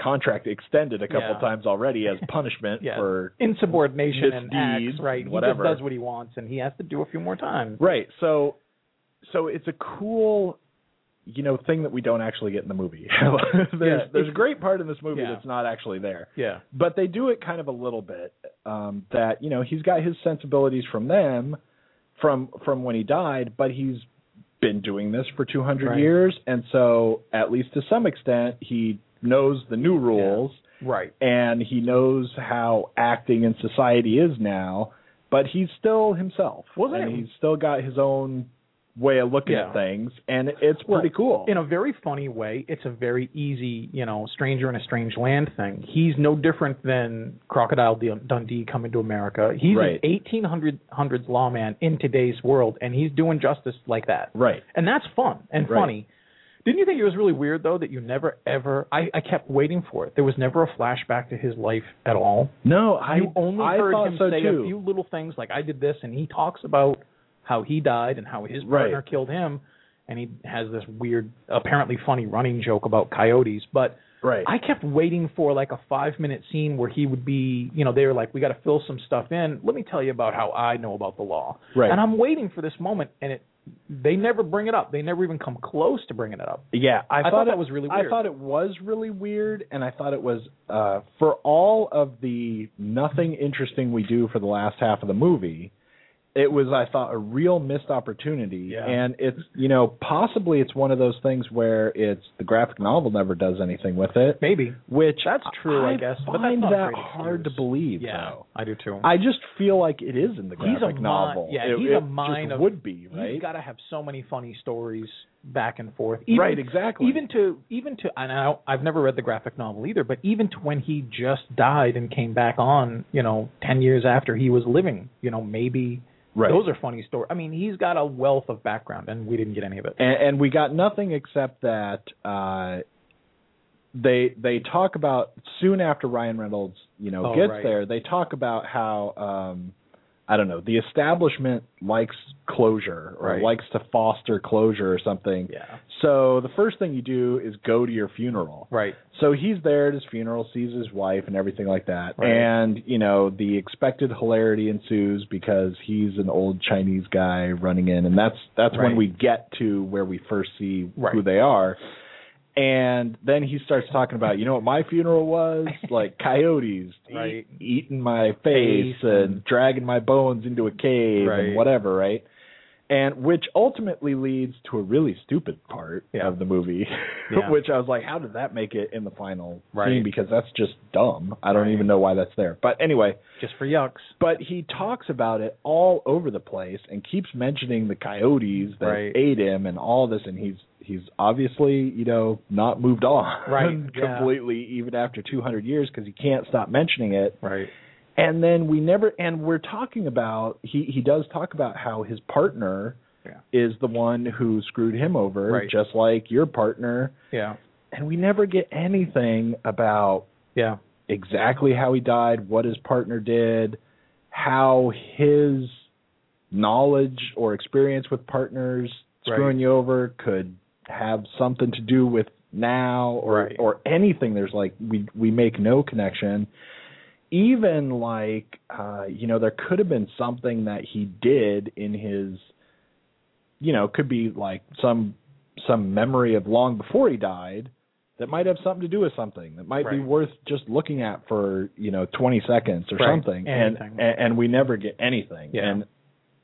[SPEAKER 1] contract extended a couple
[SPEAKER 3] Yeah.
[SPEAKER 1] times
[SPEAKER 3] (laughs)
[SPEAKER 1] already as punishment
[SPEAKER 3] Yeah.
[SPEAKER 1] for
[SPEAKER 3] insubordination and
[SPEAKER 1] misdeeds
[SPEAKER 3] acts. Right.
[SPEAKER 1] and whatever.
[SPEAKER 3] He just does what he wants, and he has to do a few more times.
[SPEAKER 1] Right. So so it's a cool you know thing that we don't actually get in the movie. (laughs) there's
[SPEAKER 3] Yeah.
[SPEAKER 1] there's a great part in this movie
[SPEAKER 3] Yeah.
[SPEAKER 1] that's not actually there.
[SPEAKER 3] Yeah.
[SPEAKER 1] But they do it kind of a little bit um that you know he's got his sensibilities from them from from when he died, but he's been doing this for 200
[SPEAKER 3] Right.
[SPEAKER 1] years and so at least to some extent he knows the new rules
[SPEAKER 3] Right.
[SPEAKER 1] and he knows how acting in society is now, but he's still himself.
[SPEAKER 3] Wasn't
[SPEAKER 1] and
[SPEAKER 3] it-
[SPEAKER 1] he's still got his own way of looking
[SPEAKER 3] Yeah.
[SPEAKER 1] at things, and it's
[SPEAKER 3] Well,
[SPEAKER 1] pretty cool.
[SPEAKER 3] in a very funny way, it's a very easy, you know, stranger in a strange land thing. He's no different than Crocodile D- Dundee coming to America. He's
[SPEAKER 1] Right.
[SPEAKER 3] an 1800s lawman in today's world, and he's doing justice like that.
[SPEAKER 1] right.
[SPEAKER 3] And that's fun and
[SPEAKER 1] Right.
[SPEAKER 3] funny. Didn't you think it was really weird, though, that you never, ever, I, I kept waiting for it. There was never a flashback to his life at all.
[SPEAKER 1] No, I
[SPEAKER 3] you only
[SPEAKER 1] I
[SPEAKER 3] heard
[SPEAKER 1] thought
[SPEAKER 3] him
[SPEAKER 1] so
[SPEAKER 3] say
[SPEAKER 1] too.
[SPEAKER 3] a few little things like I did this, and he talks about how he died and how his
[SPEAKER 1] Right.
[SPEAKER 3] partner killed him, and he has this weird, apparently funny running joke about coyotes. But
[SPEAKER 1] right.
[SPEAKER 3] I kept waiting for like a five minute scene where he would be, you know, they were like, we got to fill some stuff in. Let me tell you about how I know about the law.
[SPEAKER 1] Right.
[SPEAKER 3] And I'm waiting for this moment, and it, they never bring it up. They never even come close to bringing it up.
[SPEAKER 1] yeah, I,
[SPEAKER 3] I thought
[SPEAKER 1] thought
[SPEAKER 3] that
[SPEAKER 1] it
[SPEAKER 3] was really
[SPEAKER 1] I
[SPEAKER 3] weird.
[SPEAKER 1] thought it was really weird, and I thought it was uh, for all of the nothing interesting we do for the last half of the movie. It was, I thought, a real missed opportunity,
[SPEAKER 3] Yeah.
[SPEAKER 1] and it's you know possibly it's one of those things where it's the graphic novel never does anything with it,
[SPEAKER 3] Maybe.
[SPEAKER 1] which
[SPEAKER 3] That's true, I guess, but that's
[SPEAKER 1] find
[SPEAKER 3] not a
[SPEAKER 1] that
[SPEAKER 3] great
[SPEAKER 1] hard to
[SPEAKER 3] excuse.
[SPEAKER 1] believe.
[SPEAKER 3] Yeah,
[SPEAKER 1] though.
[SPEAKER 3] I do too.
[SPEAKER 1] I just feel like it is in the
[SPEAKER 3] He's a
[SPEAKER 1] graphic
[SPEAKER 3] mi-
[SPEAKER 1] novel.
[SPEAKER 3] yeah,
[SPEAKER 1] it,
[SPEAKER 3] he's
[SPEAKER 1] it
[SPEAKER 3] a mine
[SPEAKER 1] just
[SPEAKER 3] of-
[SPEAKER 1] would be
[SPEAKER 3] He's
[SPEAKER 1] right.
[SPEAKER 3] got to have so many funny stories back and forth. Even,
[SPEAKER 1] Right, exactly.
[SPEAKER 3] Even to even to and I, I've never read the graphic novel either, but even to when he just died and came back on, you know, ten years after he was living, you know, maybe
[SPEAKER 1] Right.
[SPEAKER 3] Those are funny stories. I mean, he's got a wealth of background, and we didn't get any of it.
[SPEAKER 1] and, and we got nothing except that uh, they they talk about soon after Ryan Reynolds, you know,
[SPEAKER 3] Oh,
[SPEAKER 1] gets
[SPEAKER 3] right.
[SPEAKER 1] there. They talk about how um, I don't know the establishment likes closure or
[SPEAKER 3] Right.
[SPEAKER 1] likes to foster closure or something.
[SPEAKER 3] Yeah.
[SPEAKER 1] So the first thing you do is go to your funeral.
[SPEAKER 3] Right.
[SPEAKER 1] So he's there at his funeral, sees his wife and everything like that.
[SPEAKER 3] Right.
[SPEAKER 1] And, you know, the expected hilarity ensues because he's an old Chinese guy running in and that's that's when
[SPEAKER 3] Right.
[SPEAKER 1] we get to where we first see who
[SPEAKER 3] Right.
[SPEAKER 1] they are. And then he starts talking about, you know what my
[SPEAKER 3] (laughs)
[SPEAKER 1] funeral was? Like coyotes eat-
[SPEAKER 3] Right.
[SPEAKER 1] eating my face
[SPEAKER 3] Face
[SPEAKER 1] and
[SPEAKER 3] and-
[SPEAKER 1] dragging my bones into a cave and
[SPEAKER 3] Right.
[SPEAKER 1] whatever, right? And which ultimately leads to a really stupid part
[SPEAKER 3] Yeah.
[SPEAKER 1] of
[SPEAKER 3] (laughs)
[SPEAKER 1] the movie,
[SPEAKER 3] Yeah.
[SPEAKER 1] (laughs) which I was like, how did that make it in the final scene?
[SPEAKER 3] Right.
[SPEAKER 1] Because that's just dumb. I don't
[SPEAKER 3] Right.
[SPEAKER 1] even know why that's there. But anyway,
[SPEAKER 3] Just for yucks.
[SPEAKER 1] but he talks about it all over the place and keeps mentioning the coyotes that
[SPEAKER 3] Right.
[SPEAKER 1] ate him and all this, and he's he's obviously you know not moved on (laughs)
[SPEAKER 3] Right, yeah.
[SPEAKER 1] completely even after 200 years because he can't stop mentioning it
[SPEAKER 3] Right.
[SPEAKER 1] and then we never and we're talking about he he does talk about how his partner
[SPEAKER 3] Yeah.
[SPEAKER 1] is the one who screwed him over
[SPEAKER 3] Right.
[SPEAKER 1] just like your partner
[SPEAKER 3] Yeah.
[SPEAKER 1] and we never get anything about
[SPEAKER 3] Yeah.
[SPEAKER 1] exactly how he died what his partner did how his knowledge or experience with partners
[SPEAKER 3] Right.
[SPEAKER 1] screwing you over could have something to do with now or
[SPEAKER 3] Right.
[SPEAKER 1] or anything there's like we we make no connection even like uh you know there could have been something that he did in his you know could be like some some memory of long before he died that might have something to do with something that might be
[SPEAKER 3] Right.
[SPEAKER 1] worth just looking at for you know 20 seconds or
[SPEAKER 3] Right.
[SPEAKER 1] something and,
[SPEAKER 3] Anything.
[SPEAKER 1] and and we never get anything
[SPEAKER 3] Yeah.
[SPEAKER 1] and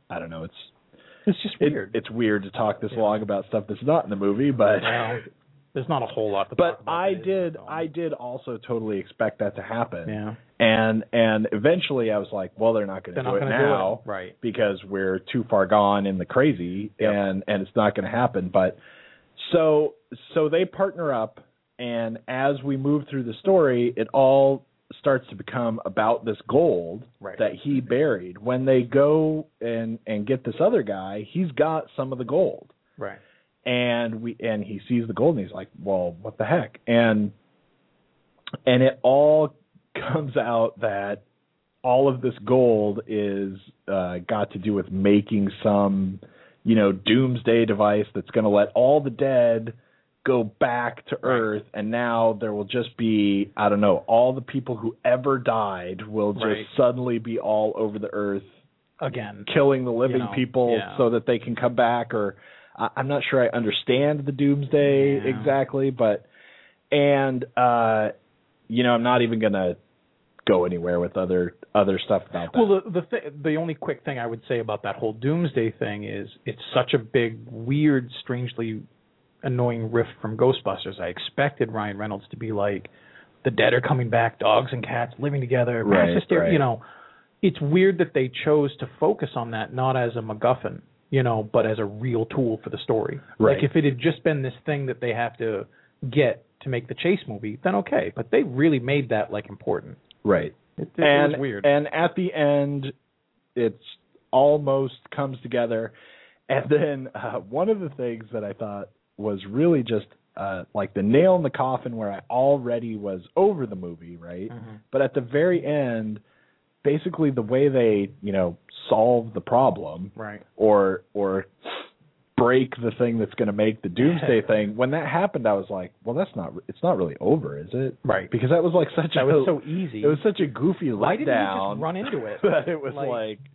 [SPEAKER 1] i don't know it's
[SPEAKER 3] It's just
[SPEAKER 1] it- (laughs)
[SPEAKER 3] weird.
[SPEAKER 1] it's weird to talk this
[SPEAKER 3] Yeah.
[SPEAKER 1] long about stuff that's not in the movie but (laughs)
[SPEAKER 3] Well, there's not a whole lot to
[SPEAKER 1] but
[SPEAKER 3] talk about. that
[SPEAKER 1] i
[SPEAKER 3] is in
[SPEAKER 1] did
[SPEAKER 3] the film.
[SPEAKER 1] i did also totally expect that to happen
[SPEAKER 3] Yeah.
[SPEAKER 1] and and eventually i was like well they're not going to
[SPEAKER 3] They're
[SPEAKER 1] do
[SPEAKER 3] not
[SPEAKER 1] it
[SPEAKER 3] going to
[SPEAKER 1] now
[SPEAKER 3] do it. Right.
[SPEAKER 1] because we're too far gone in the crazy
[SPEAKER 3] Yep.
[SPEAKER 1] and and it's not going to happen but so so they partner up and as we move through the story it all starts to become about this gold
[SPEAKER 3] Right.
[SPEAKER 1] that he buried when they go and and get this other guy he's got some of the gold
[SPEAKER 3] Right.
[SPEAKER 1] and we and he sees the gold and he's like well what the heck and and it all (laughs) comes out that all of this gold is uh got to do with making some you know doomsday device that's going to let all the dead go back to earth and now there will just be i don't know all the people who ever died will just
[SPEAKER 3] Right.
[SPEAKER 1] suddenly be all over the earth
[SPEAKER 3] Again.
[SPEAKER 1] killing the living
[SPEAKER 3] You know,
[SPEAKER 1] people
[SPEAKER 3] yeah.
[SPEAKER 1] so that they can come back or I, I'm not sure I understand the doomsday
[SPEAKER 3] Yeah.
[SPEAKER 1] exactly, but and uh you know, I'm not even gonna go anywhere with other other stuff about that.
[SPEAKER 3] Well, the the th- the only quick thing I would say about that whole doomsday thing is it's such a big, weird, strangely annoying riff from Ghostbusters. I expected Ryan Reynolds to be like, the dead are coming back, dogs and cats living together, mass
[SPEAKER 1] Right,
[SPEAKER 3] hysteria,"
[SPEAKER 1] right.
[SPEAKER 3] You know, it's weird that they chose to focus on that not as a MacGuffin, you know, but as a real tool for the story.
[SPEAKER 1] Right.
[SPEAKER 3] Like if it had just been this thing that they have to get to make the chase movie, then okay. But they really made that like important.
[SPEAKER 1] right.
[SPEAKER 3] It, it,
[SPEAKER 1] and
[SPEAKER 3] it was weird.
[SPEAKER 1] and at the end it's almost comes together and then uh, one of the things that i thought was really just uh, like the nail in the coffin where i already was over the movie right
[SPEAKER 3] Mm-hmm.
[SPEAKER 1] but at the very end basically the way they you know solve the problem
[SPEAKER 3] right.
[SPEAKER 1] or or break the thing that's going to make
[SPEAKER 3] (laughs)
[SPEAKER 1] the doomsday thing when that happened i was like well that's not it's not really over is it
[SPEAKER 3] Right.
[SPEAKER 1] because that was like such
[SPEAKER 3] That
[SPEAKER 1] a
[SPEAKER 3] was so easy.
[SPEAKER 1] it was such a goofy
[SPEAKER 3] Why didn't we
[SPEAKER 1] letdown.
[SPEAKER 3] just run into it?
[SPEAKER 1] (laughs) that it was like,
[SPEAKER 3] Like-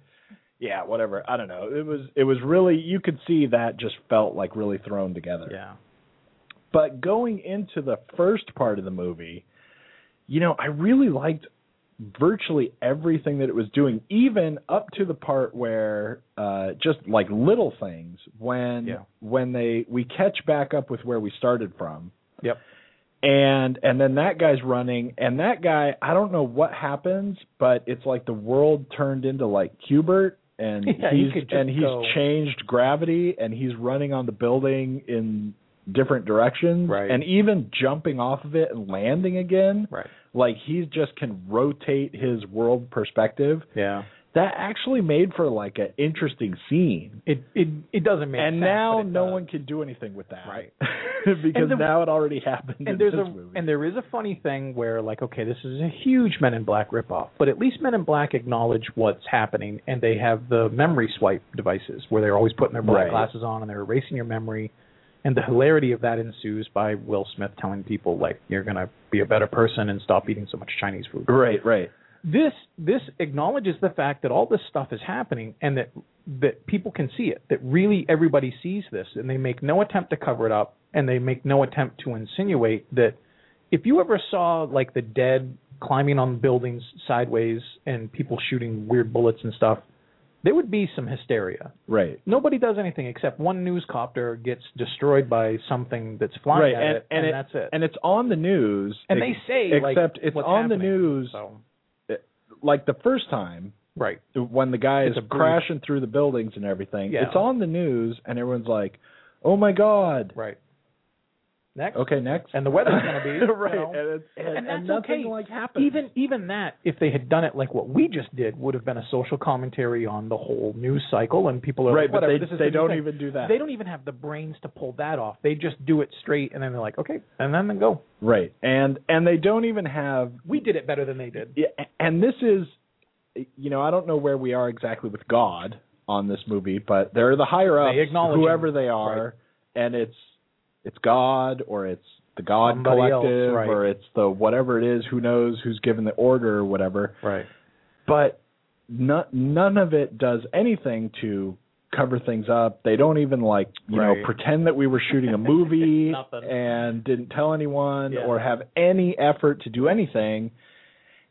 [SPEAKER 1] yeah, whatever. I don't know. It was it was really you could see that just felt like really thrown together.
[SPEAKER 3] yeah.
[SPEAKER 1] But going into the first part of the movie, you know, I really liked virtually everything that it was doing, even up to the part where uh just like little things when
[SPEAKER 3] Yeah.
[SPEAKER 1] when they we catch back up with where we started from
[SPEAKER 3] Yep.
[SPEAKER 1] and and then that guy's running and that guy i don't know what happens but it's like the world turned into like cubert
[SPEAKER 3] (laughs)
[SPEAKER 1] and
[SPEAKER 3] Yeah, he
[SPEAKER 1] he's
[SPEAKER 3] could just
[SPEAKER 1] and he's
[SPEAKER 3] go-
[SPEAKER 1] changed gravity and he's running on the building in different directions
[SPEAKER 3] Right.
[SPEAKER 1] and even jumping off of it and landing again
[SPEAKER 3] Right.
[SPEAKER 1] like he just can rotate his world perspective
[SPEAKER 3] Yeah.
[SPEAKER 1] that actually made for like an interesting scene.
[SPEAKER 3] It it it doesn't make
[SPEAKER 1] And
[SPEAKER 3] sense.
[SPEAKER 1] now
[SPEAKER 3] but it
[SPEAKER 1] no
[SPEAKER 3] does.
[SPEAKER 1] one can do anything with that,
[SPEAKER 3] Right.
[SPEAKER 1] (laughs) because
[SPEAKER 3] And the-
[SPEAKER 1] now it already happened. in
[SPEAKER 3] and there's
[SPEAKER 1] this
[SPEAKER 3] a
[SPEAKER 1] movie.
[SPEAKER 3] and there is a funny thing where like okay this is a huge men in black ripoff but at least men in black acknowledge what's happening and they have the memory swipe devices where they're always putting their black
[SPEAKER 1] Right.
[SPEAKER 3] glasses on and they're erasing your memory and the hilarity of that ensues by will smith telling people like you're going to be a better person and stop eating so much chinese food
[SPEAKER 1] right, right.
[SPEAKER 3] this this acknowledges the fact that all this stuff is happening and that that people can see it that really everybody sees this and they make no attempt to cover it up and they make no attempt to insinuate that if you ever saw like the dead climbing on buildings sideways and people shooting weird bullets and stuff there would be some hysteria
[SPEAKER 1] Right.
[SPEAKER 3] nobody does anything except one news copter gets destroyed by something that's flying
[SPEAKER 1] right.
[SPEAKER 3] at
[SPEAKER 1] and,
[SPEAKER 3] it,
[SPEAKER 1] and, it-
[SPEAKER 3] that's it
[SPEAKER 1] And it's on the news.
[SPEAKER 3] And
[SPEAKER 1] ex-
[SPEAKER 3] they say like,
[SPEAKER 1] except it's
[SPEAKER 3] what's
[SPEAKER 1] on the
[SPEAKER 3] happening.
[SPEAKER 1] news
[SPEAKER 3] So,
[SPEAKER 1] like the first time
[SPEAKER 3] right
[SPEAKER 1] when the guy
[SPEAKER 3] It's
[SPEAKER 1] is
[SPEAKER 3] a brief-
[SPEAKER 1] crashing through the buildings and everything.
[SPEAKER 3] Yeah.
[SPEAKER 1] It's on the news and everyone's like, "Oh my god."
[SPEAKER 3] right next
[SPEAKER 1] Okay, next.
[SPEAKER 3] and the weather's going to
[SPEAKER 1] (laughs)
[SPEAKER 3] be you
[SPEAKER 1] right.
[SPEAKER 3] know.
[SPEAKER 1] and, it's, and,
[SPEAKER 3] And
[SPEAKER 1] and
[SPEAKER 3] that's
[SPEAKER 1] nothing
[SPEAKER 3] okay.
[SPEAKER 1] like happens.
[SPEAKER 3] Even even that, if they had done it like what we just did, would have been a social commentary on the whole news cycle, and people are
[SPEAKER 1] right,
[SPEAKER 3] like,
[SPEAKER 1] but
[SPEAKER 3] whatever.
[SPEAKER 1] they
[SPEAKER 3] this is
[SPEAKER 1] they
[SPEAKER 3] the new
[SPEAKER 1] don't
[SPEAKER 3] thing.
[SPEAKER 1] even do that.
[SPEAKER 3] They don't even have the brains to pull that off. They just do it straight, and then they're like, okay, and then they go.
[SPEAKER 1] right. And and they don't even have
[SPEAKER 3] We did it better than they did.
[SPEAKER 1] Yeah, and this is, you know, I don't know where we are exactly with God on this movie, but they're the higher ups,
[SPEAKER 3] They acknowledge
[SPEAKER 1] whoever
[SPEAKER 3] him.
[SPEAKER 1] they are, and it's it's God or it's the God
[SPEAKER 3] Somebody else,
[SPEAKER 1] collective
[SPEAKER 3] right.
[SPEAKER 1] or it's the whatever it is, who knows who's given the order or whatever.
[SPEAKER 3] Right.
[SPEAKER 1] But no, none of it does anything to cover things up. They don't even like you
[SPEAKER 3] Right.
[SPEAKER 1] know pretend that we were shooting a
[SPEAKER 3] (laughs)
[SPEAKER 1] movie
[SPEAKER 3] Nothing.
[SPEAKER 1] and didn't tell anyone
[SPEAKER 3] Yeah.
[SPEAKER 1] or have any effort to do anything.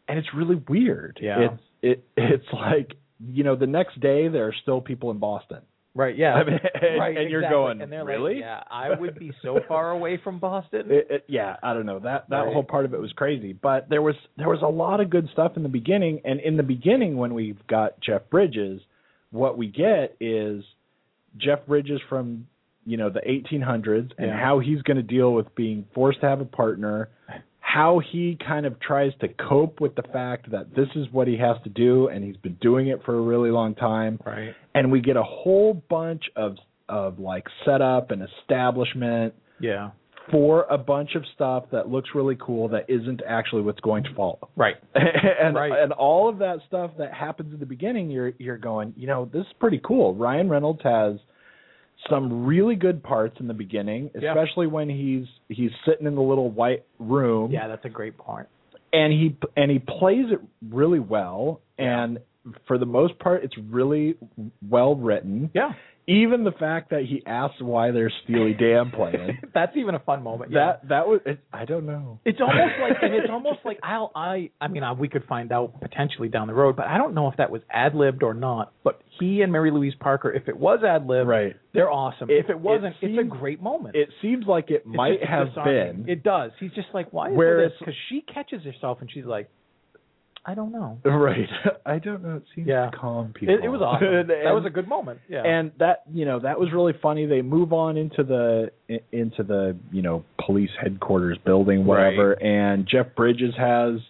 [SPEAKER 1] And it's really weird.
[SPEAKER 3] Yeah.
[SPEAKER 1] It's it it's like you know the next day there are still people in Boston.
[SPEAKER 3] (laughs) Right. Yeah.
[SPEAKER 1] I mean, and,
[SPEAKER 3] right.
[SPEAKER 1] and you're
[SPEAKER 3] exactly.
[SPEAKER 1] going
[SPEAKER 3] and they're
[SPEAKER 1] really?
[SPEAKER 3] Like, yeah, I would be
[SPEAKER 1] (laughs)
[SPEAKER 3] so far away from Boston.
[SPEAKER 1] It, it, yeah, I don't know that that
[SPEAKER 3] Right.
[SPEAKER 1] whole part of it was crazy, but there was there was a lot of good stuff in the beginning, and in the beginning when we've got Jeff Bridges, what we get is Jeff Bridges from you know the 1800s and
[SPEAKER 3] Yeah.
[SPEAKER 1] how he's going to deal with being forced to have a partner, how he kind of tries to cope with the fact that this is what he has to do, and he's been doing it for a really long time,
[SPEAKER 3] right.
[SPEAKER 1] and we get a whole bunch of of like setup and establishment
[SPEAKER 3] Yeah.
[SPEAKER 1] for a bunch of stuff that looks really cool that isn't actually what's going to follow.
[SPEAKER 3] Right.
[SPEAKER 1] (laughs) and
[SPEAKER 3] Right.
[SPEAKER 1] and all of that stuff that happens in the beginning, you're you're going, you know, this is pretty cool. Ryan Reynolds has some really good parts in the beginning,
[SPEAKER 3] Yeah.
[SPEAKER 1] especially when he's he's sitting in the little white room
[SPEAKER 3] Yeah, that's a great point.
[SPEAKER 1] and he and he plays it really well and for the most part it's really well written.
[SPEAKER 3] Yeah. (laughs)
[SPEAKER 1] Even the fact that he asks why there's Steely Dan playing.
[SPEAKER 3] that's even a fun moment. (laughs) Yeah.
[SPEAKER 1] That that was it, I don't know.
[SPEAKER 3] It's almost like and
[SPEAKER 1] (laughs)
[SPEAKER 3] it's almost like I'll I I mean I, we could find out potentially down the road, but I don't know if that was ad libbed or not. But he and Mary Louise Parker, if it was ad libbed,
[SPEAKER 1] Right.
[SPEAKER 3] they're awesome.
[SPEAKER 1] It-
[SPEAKER 3] if it wasn't,
[SPEAKER 1] it
[SPEAKER 3] it's a
[SPEAKER 1] seems-
[SPEAKER 3] great moment.
[SPEAKER 1] It seems like it
[SPEAKER 3] It's
[SPEAKER 1] might
[SPEAKER 3] just
[SPEAKER 1] have
[SPEAKER 3] disarming.
[SPEAKER 1] been.
[SPEAKER 3] It does. He's just like, why is
[SPEAKER 1] Where
[SPEAKER 3] Where
[SPEAKER 1] it's-
[SPEAKER 3] Because she catches herself and she's like, I don't know.
[SPEAKER 1] (laughs) right. I don't know. It seems
[SPEAKER 3] Yeah.
[SPEAKER 1] to calm people.
[SPEAKER 3] It, it was awesome.
[SPEAKER 1] (laughs) And-
[SPEAKER 3] that was a good moment. Yeah.
[SPEAKER 1] and that you know that was really funny. They move on into the i- into the you know police headquarters building, whatever. And Jeff Bridges has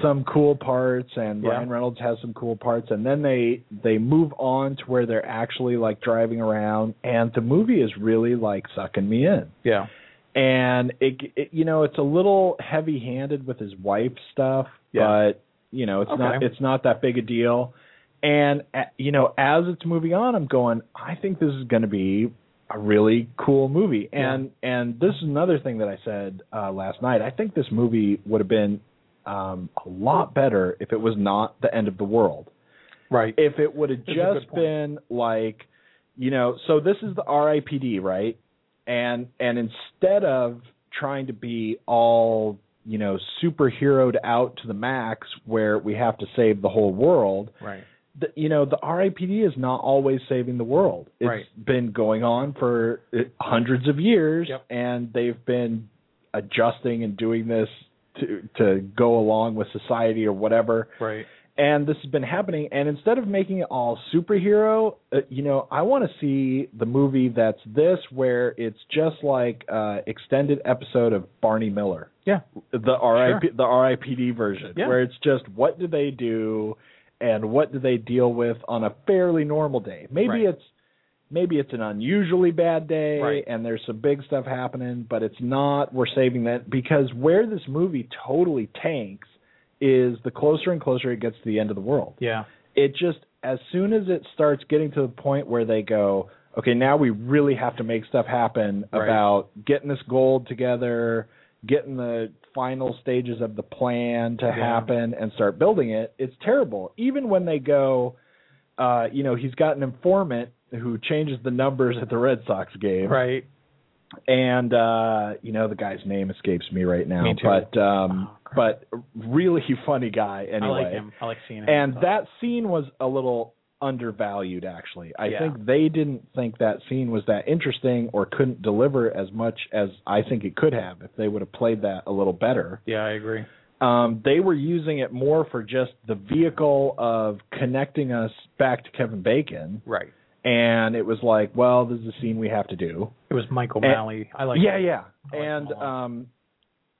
[SPEAKER 1] some cool parts, and
[SPEAKER 3] Yeah.
[SPEAKER 1] Ryan Reynolds has some cool parts. And then they they move on to where they're actually like driving around, and the movie is really like sucking me in.
[SPEAKER 3] yeah.
[SPEAKER 1] and it, it you know it's a little heavy handed with his wife stuff
[SPEAKER 3] Yeah.
[SPEAKER 1] but you know it's
[SPEAKER 3] Okay.
[SPEAKER 1] not it's not that big a deal and uh, you know as it's moving on i'm going i think this is going to be a really cool movie
[SPEAKER 3] Yeah.
[SPEAKER 1] and and this is another thing that i said uh last night i think this movie would have been um a lot better if it was not the end of the world
[SPEAKER 3] Right.
[SPEAKER 1] if it would have
[SPEAKER 3] That's a good
[SPEAKER 1] just
[SPEAKER 3] point.
[SPEAKER 1] been like, you know, so this is the RIPD, right? And and instead of trying to be all, you know, superheroed out to the max where we have to save the whole world,
[SPEAKER 3] right.
[SPEAKER 1] the, you know, the RIPD is not always saving the world. It's
[SPEAKER 3] Right.
[SPEAKER 1] been going on for uh, hundreds of years,
[SPEAKER 3] Yep.
[SPEAKER 1] and they've been adjusting and doing this to to go along with society or whatever
[SPEAKER 3] Right.
[SPEAKER 1] and this has been happening and instead of making it all superhero uh, you know i want to see the movie that's this where it's just like uh extended episode of barney miller
[SPEAKER 3] Yeah.
[SPEAKER 1] the rip the ripd version
[SPEAKER 3] Yeah.
[SPEAKER 1] where it's just what do they do and what do they deal with on a fairly normal day? Maybe
[SPEAKER 3] Right.
[SPEAKER 1] it's maybe it's an unusually bad day
[SPEAKER 3] Right.
[SPEAKER 1] and there's some big stuff happening, but it's not we're saving that because where this movie totally tanks is the closer and closer it gets to the end of the world
[SPEAKER 3] Yeah.
[SPEAKER 1] it just as soon as it starts getting to the point where they go, okay, now we really have to make stuff happen
[SPEAKER 3] Right.
[SPEAKER 1] about getting this gold together, getting the final stages of the plan to
[SPEAKER 3] Yeah.
[SPEAKER 1] happen and start building it. It's terrible. Even when they go, uh, you know, he's got an informant who changes the numbers at the Red Sox game
[SPEAKER 3] Right.
[SPEAKER 1] and uh you know the guy's name escapes me right now
[SPEAKER 3] Me too.
[SPEAKER 1] but um
[SPEAKER 3] Oh, crap.
[SPEAKER 1] but really (laughs) funny guy anyway
[SPEAKER 3] I like him. I like seeing him.
[SPEAKER 1] and that scene was a little undervalued actually i
[SPEAKER 3] Yeah.
[SPEAKER 1] think they didn't think that scene was that interesting or couldn't deliver as much as i think it could have if they would have played that a little better
[SPEAKER 3] Yeah, I agree.
[SPEAKER 1] um they were using it more for just the vehicle of connecting us back to kevin bacon
[SPEAKER 3] Right.
[SPEAKER 1] and it was like well this is a scene we have to do
[SPEAKER 3] It was Michael Malley. I like.
[SPEAKER 1] yeah
[SPEAKER 3] him. I
[SPEAKER 1] yeah
[SPEAKER 3] like
[SPEAKER 1] and
[SPEAKER 3] him a lot.
[SPEAKER 1] um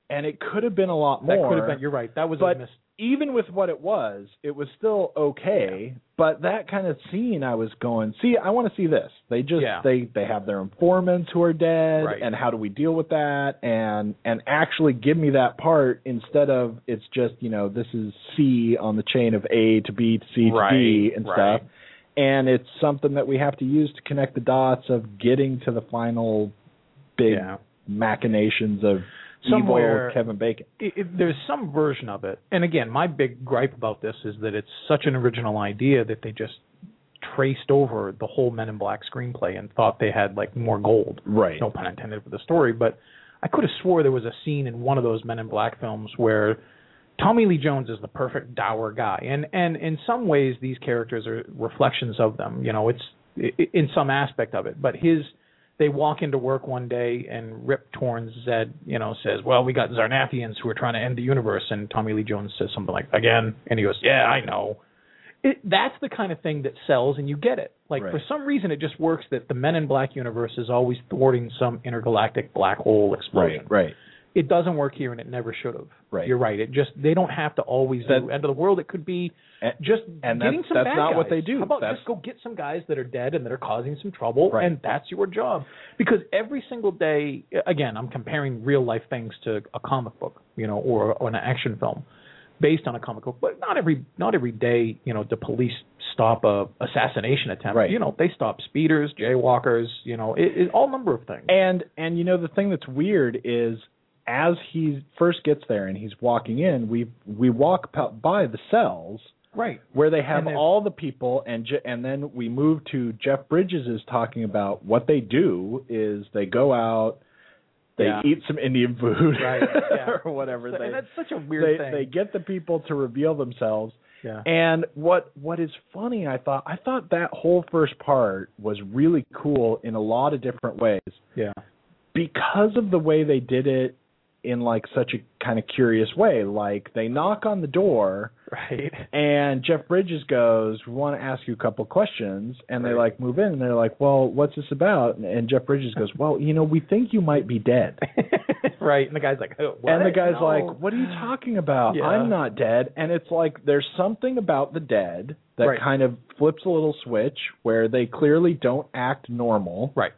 [SPEAKER 1] and it could have been a lot
[SPEAKER 3] That
[SPEAKER 1] more
[SPEAKER 3] could have been. You're right. That was
[SPEAKER 1] but
[SPEAKER 3] a miss.
[SPEAKER 1] even with what it was, it was still okay. But that kind of scene, I was going, see, I want to see this. They just
[SPEAKER 3] Yeah.
[SPEAKER 1] they they have their informants who are dead,
[SPEAKER 3] Right.
[SPEAKER 1] and how do we deal with that? And and actually give me that part instead of it's just you know this is C on the chain of A to B to C to D
[SPEAKER 3] Right,
[SPEAKER 1] and
[SPEAKER 3] right.
[SPEAKER 1] stuff. And it's something that we have to use to connect the dots of getting to the final big
[SPEAKER 3] Yeah.
[SPEAKER 1] machinations of
[SPEAKER 3] Somewhere-
[SPEAKER 1] evil Kevin Bacon.
[SPEAKER 3] it, it, there's some version of it. And again, my big gripe about this is that it's such an original idea that they just traced over the whole Men in Black screenplay and thought they had like more gold.
[SPEAKER 1] Right.
[SPEAKER 3] No pun intended for the story, but I could have swore there was a scene in one of those Men in Black films where Tommy Lee Jones is the perfect dour guy, and and in some ways these characters are reflections of them. You know, it's i- i- in some aspect of it, but his they walk into work one day and Rip Torn said, you know, says, "Well, we got Zarnathians who are trying to end the universe," and Tommy Lee Jones says something like, "Again," and he goes, "Yeah, I know." It, that's the kind of thing that sells, and you get it. Like
[SPEAKER 1] Right.
[SPEAKER 3] for some reason, it just works that the Men in Black universe is always thwarting some intergalactic black hole explosion
[SPEAKER 1] Right. Right.
[SPEAKER 3] it doesn't work here and it never should have.
[SPEAKER 1] Right.
[SPEAKER 3] You're right. It just they don't have to always
[SPEAKER 1] That-
[SPEAKER 3] do end of the world. It could be
[SPEAKER 1] And-
[SPEAKER 3] just getting
[SPEAKER 1] and that's-
[SPEAKER 3] some
[SPEAKER 1] that's
[SPEAKER 3] bad
[SPEAKER 1] not
[SPEAKER 3] guys.
[SPEAKER 1] what they do.
[SPEAKER 3] How about
[SPEAKER 1] That's-
[SPEAKER 3] just go get some guys that are dead and that are causing some trouble
[SPEAKER 1] Right.
[SPEAKER 3] and that's your job. Because every single day again, I'm comparing real life things to a comic book, you know, or, or an action film based on a comic book. But not every not every day, you know, the police stop a assassination attempt.
[SPEAKER 1] Right.
[SPEAKER 3] You know, they stop speeders, jaywalkers, you know, it, it, all number of things.
[SPEAKER 1] And and you know the thing that's weird is as he first gets there and he's walking in, we we walk p- by the cells
[SPEAKER 3] right.
[SPEAKER 1] where they have
[SPEAKER 3] And they're-
[SPEAKER 1] all the people and Je- and then we move to Jeff Bridges is talking about what they do is they go out they
[SPEAKER 3] Yeah.
[SPEAKER 1] eat some Indian food (laughs)
[SPEAKER 3] Right, yeah.
[SPEAKER 1] or whatever they
[SPEAKER 3] and that's such a
[SPEAKER 1] they,
[SPEAKER 3] weird thing.
[SPEAKER 1] they get the people to reveal themselves (laughs)
[SPEAKER 3] Yeah.
[SPEAKER 1] And what what is funny, I thought I thought that whole first part was really cool in a lot of different ways
[SPEAKER 3] yeah.
[SPEAKER 1] because of the way they did it in like such a kind of curious way. Like they knock on the door
[SPEAKER 3] Right. (laughs)
[SPEAKER 1] and Jeff Bridges goes, "We want to ask you a couple questions." And they
[SPEAKER 3] Right.
[SPEAKER 1] like move in and they're like, "Well, what's this about?" And, and Jeff Bridges goes, "Well, you know, we think you might be dead."
[SPEAKER 3] right. And the guy's like, oh, what?
[SPEAKER 1] And the guy's
[SPEAKER 3] No.
[SPEAKER 1] like, "What are you talking about?
[SPEAKER 3] Yeah.
[SPEAKER 1] I'm not dead." And it's like there's something about the dead that
[SPEAKER 3] Right.
[SPEAKER 1] kind of flips a little switch where they clearly don't act normal.
[SPEAKER 3] Right.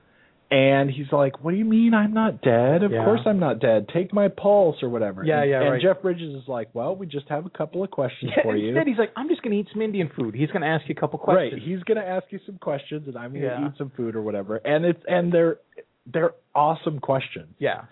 [SPEAKER 1] And he's like, "What do you mean I'm not dead? Of
[SPEAKER 3] Yeah.
[SPEAKER 1] course I'm not dead. Take my pulse or whatever."
[SPEAKER 3] Yeah,
[SPEAKER 1] and,
[SPEAKER 3] yeah,
[SPEAKER 1] And
[SPEAKER 3] right.
[SPEAKER 1] Jeff Bridges is like, "Well, we just have a couple of questions
[SPEAKER 3] Yeah,
[SPEAKER 1] for you."
[SPEAKER 3] Instead, he's like, I'm just going to eat some Indian food. He's going to ask you a couple
[SPEAKER 1] Right.
[SPEAKER 3] questions.
[SPEAKER 1] He's gonna ask you some questions, and I'm gonna
[SPEAKER 3] Yeah.
[SPEAKER 1] eat some food or whatever. And it's and they're they're awesome questions.
[SPEAKER 3] Yeah.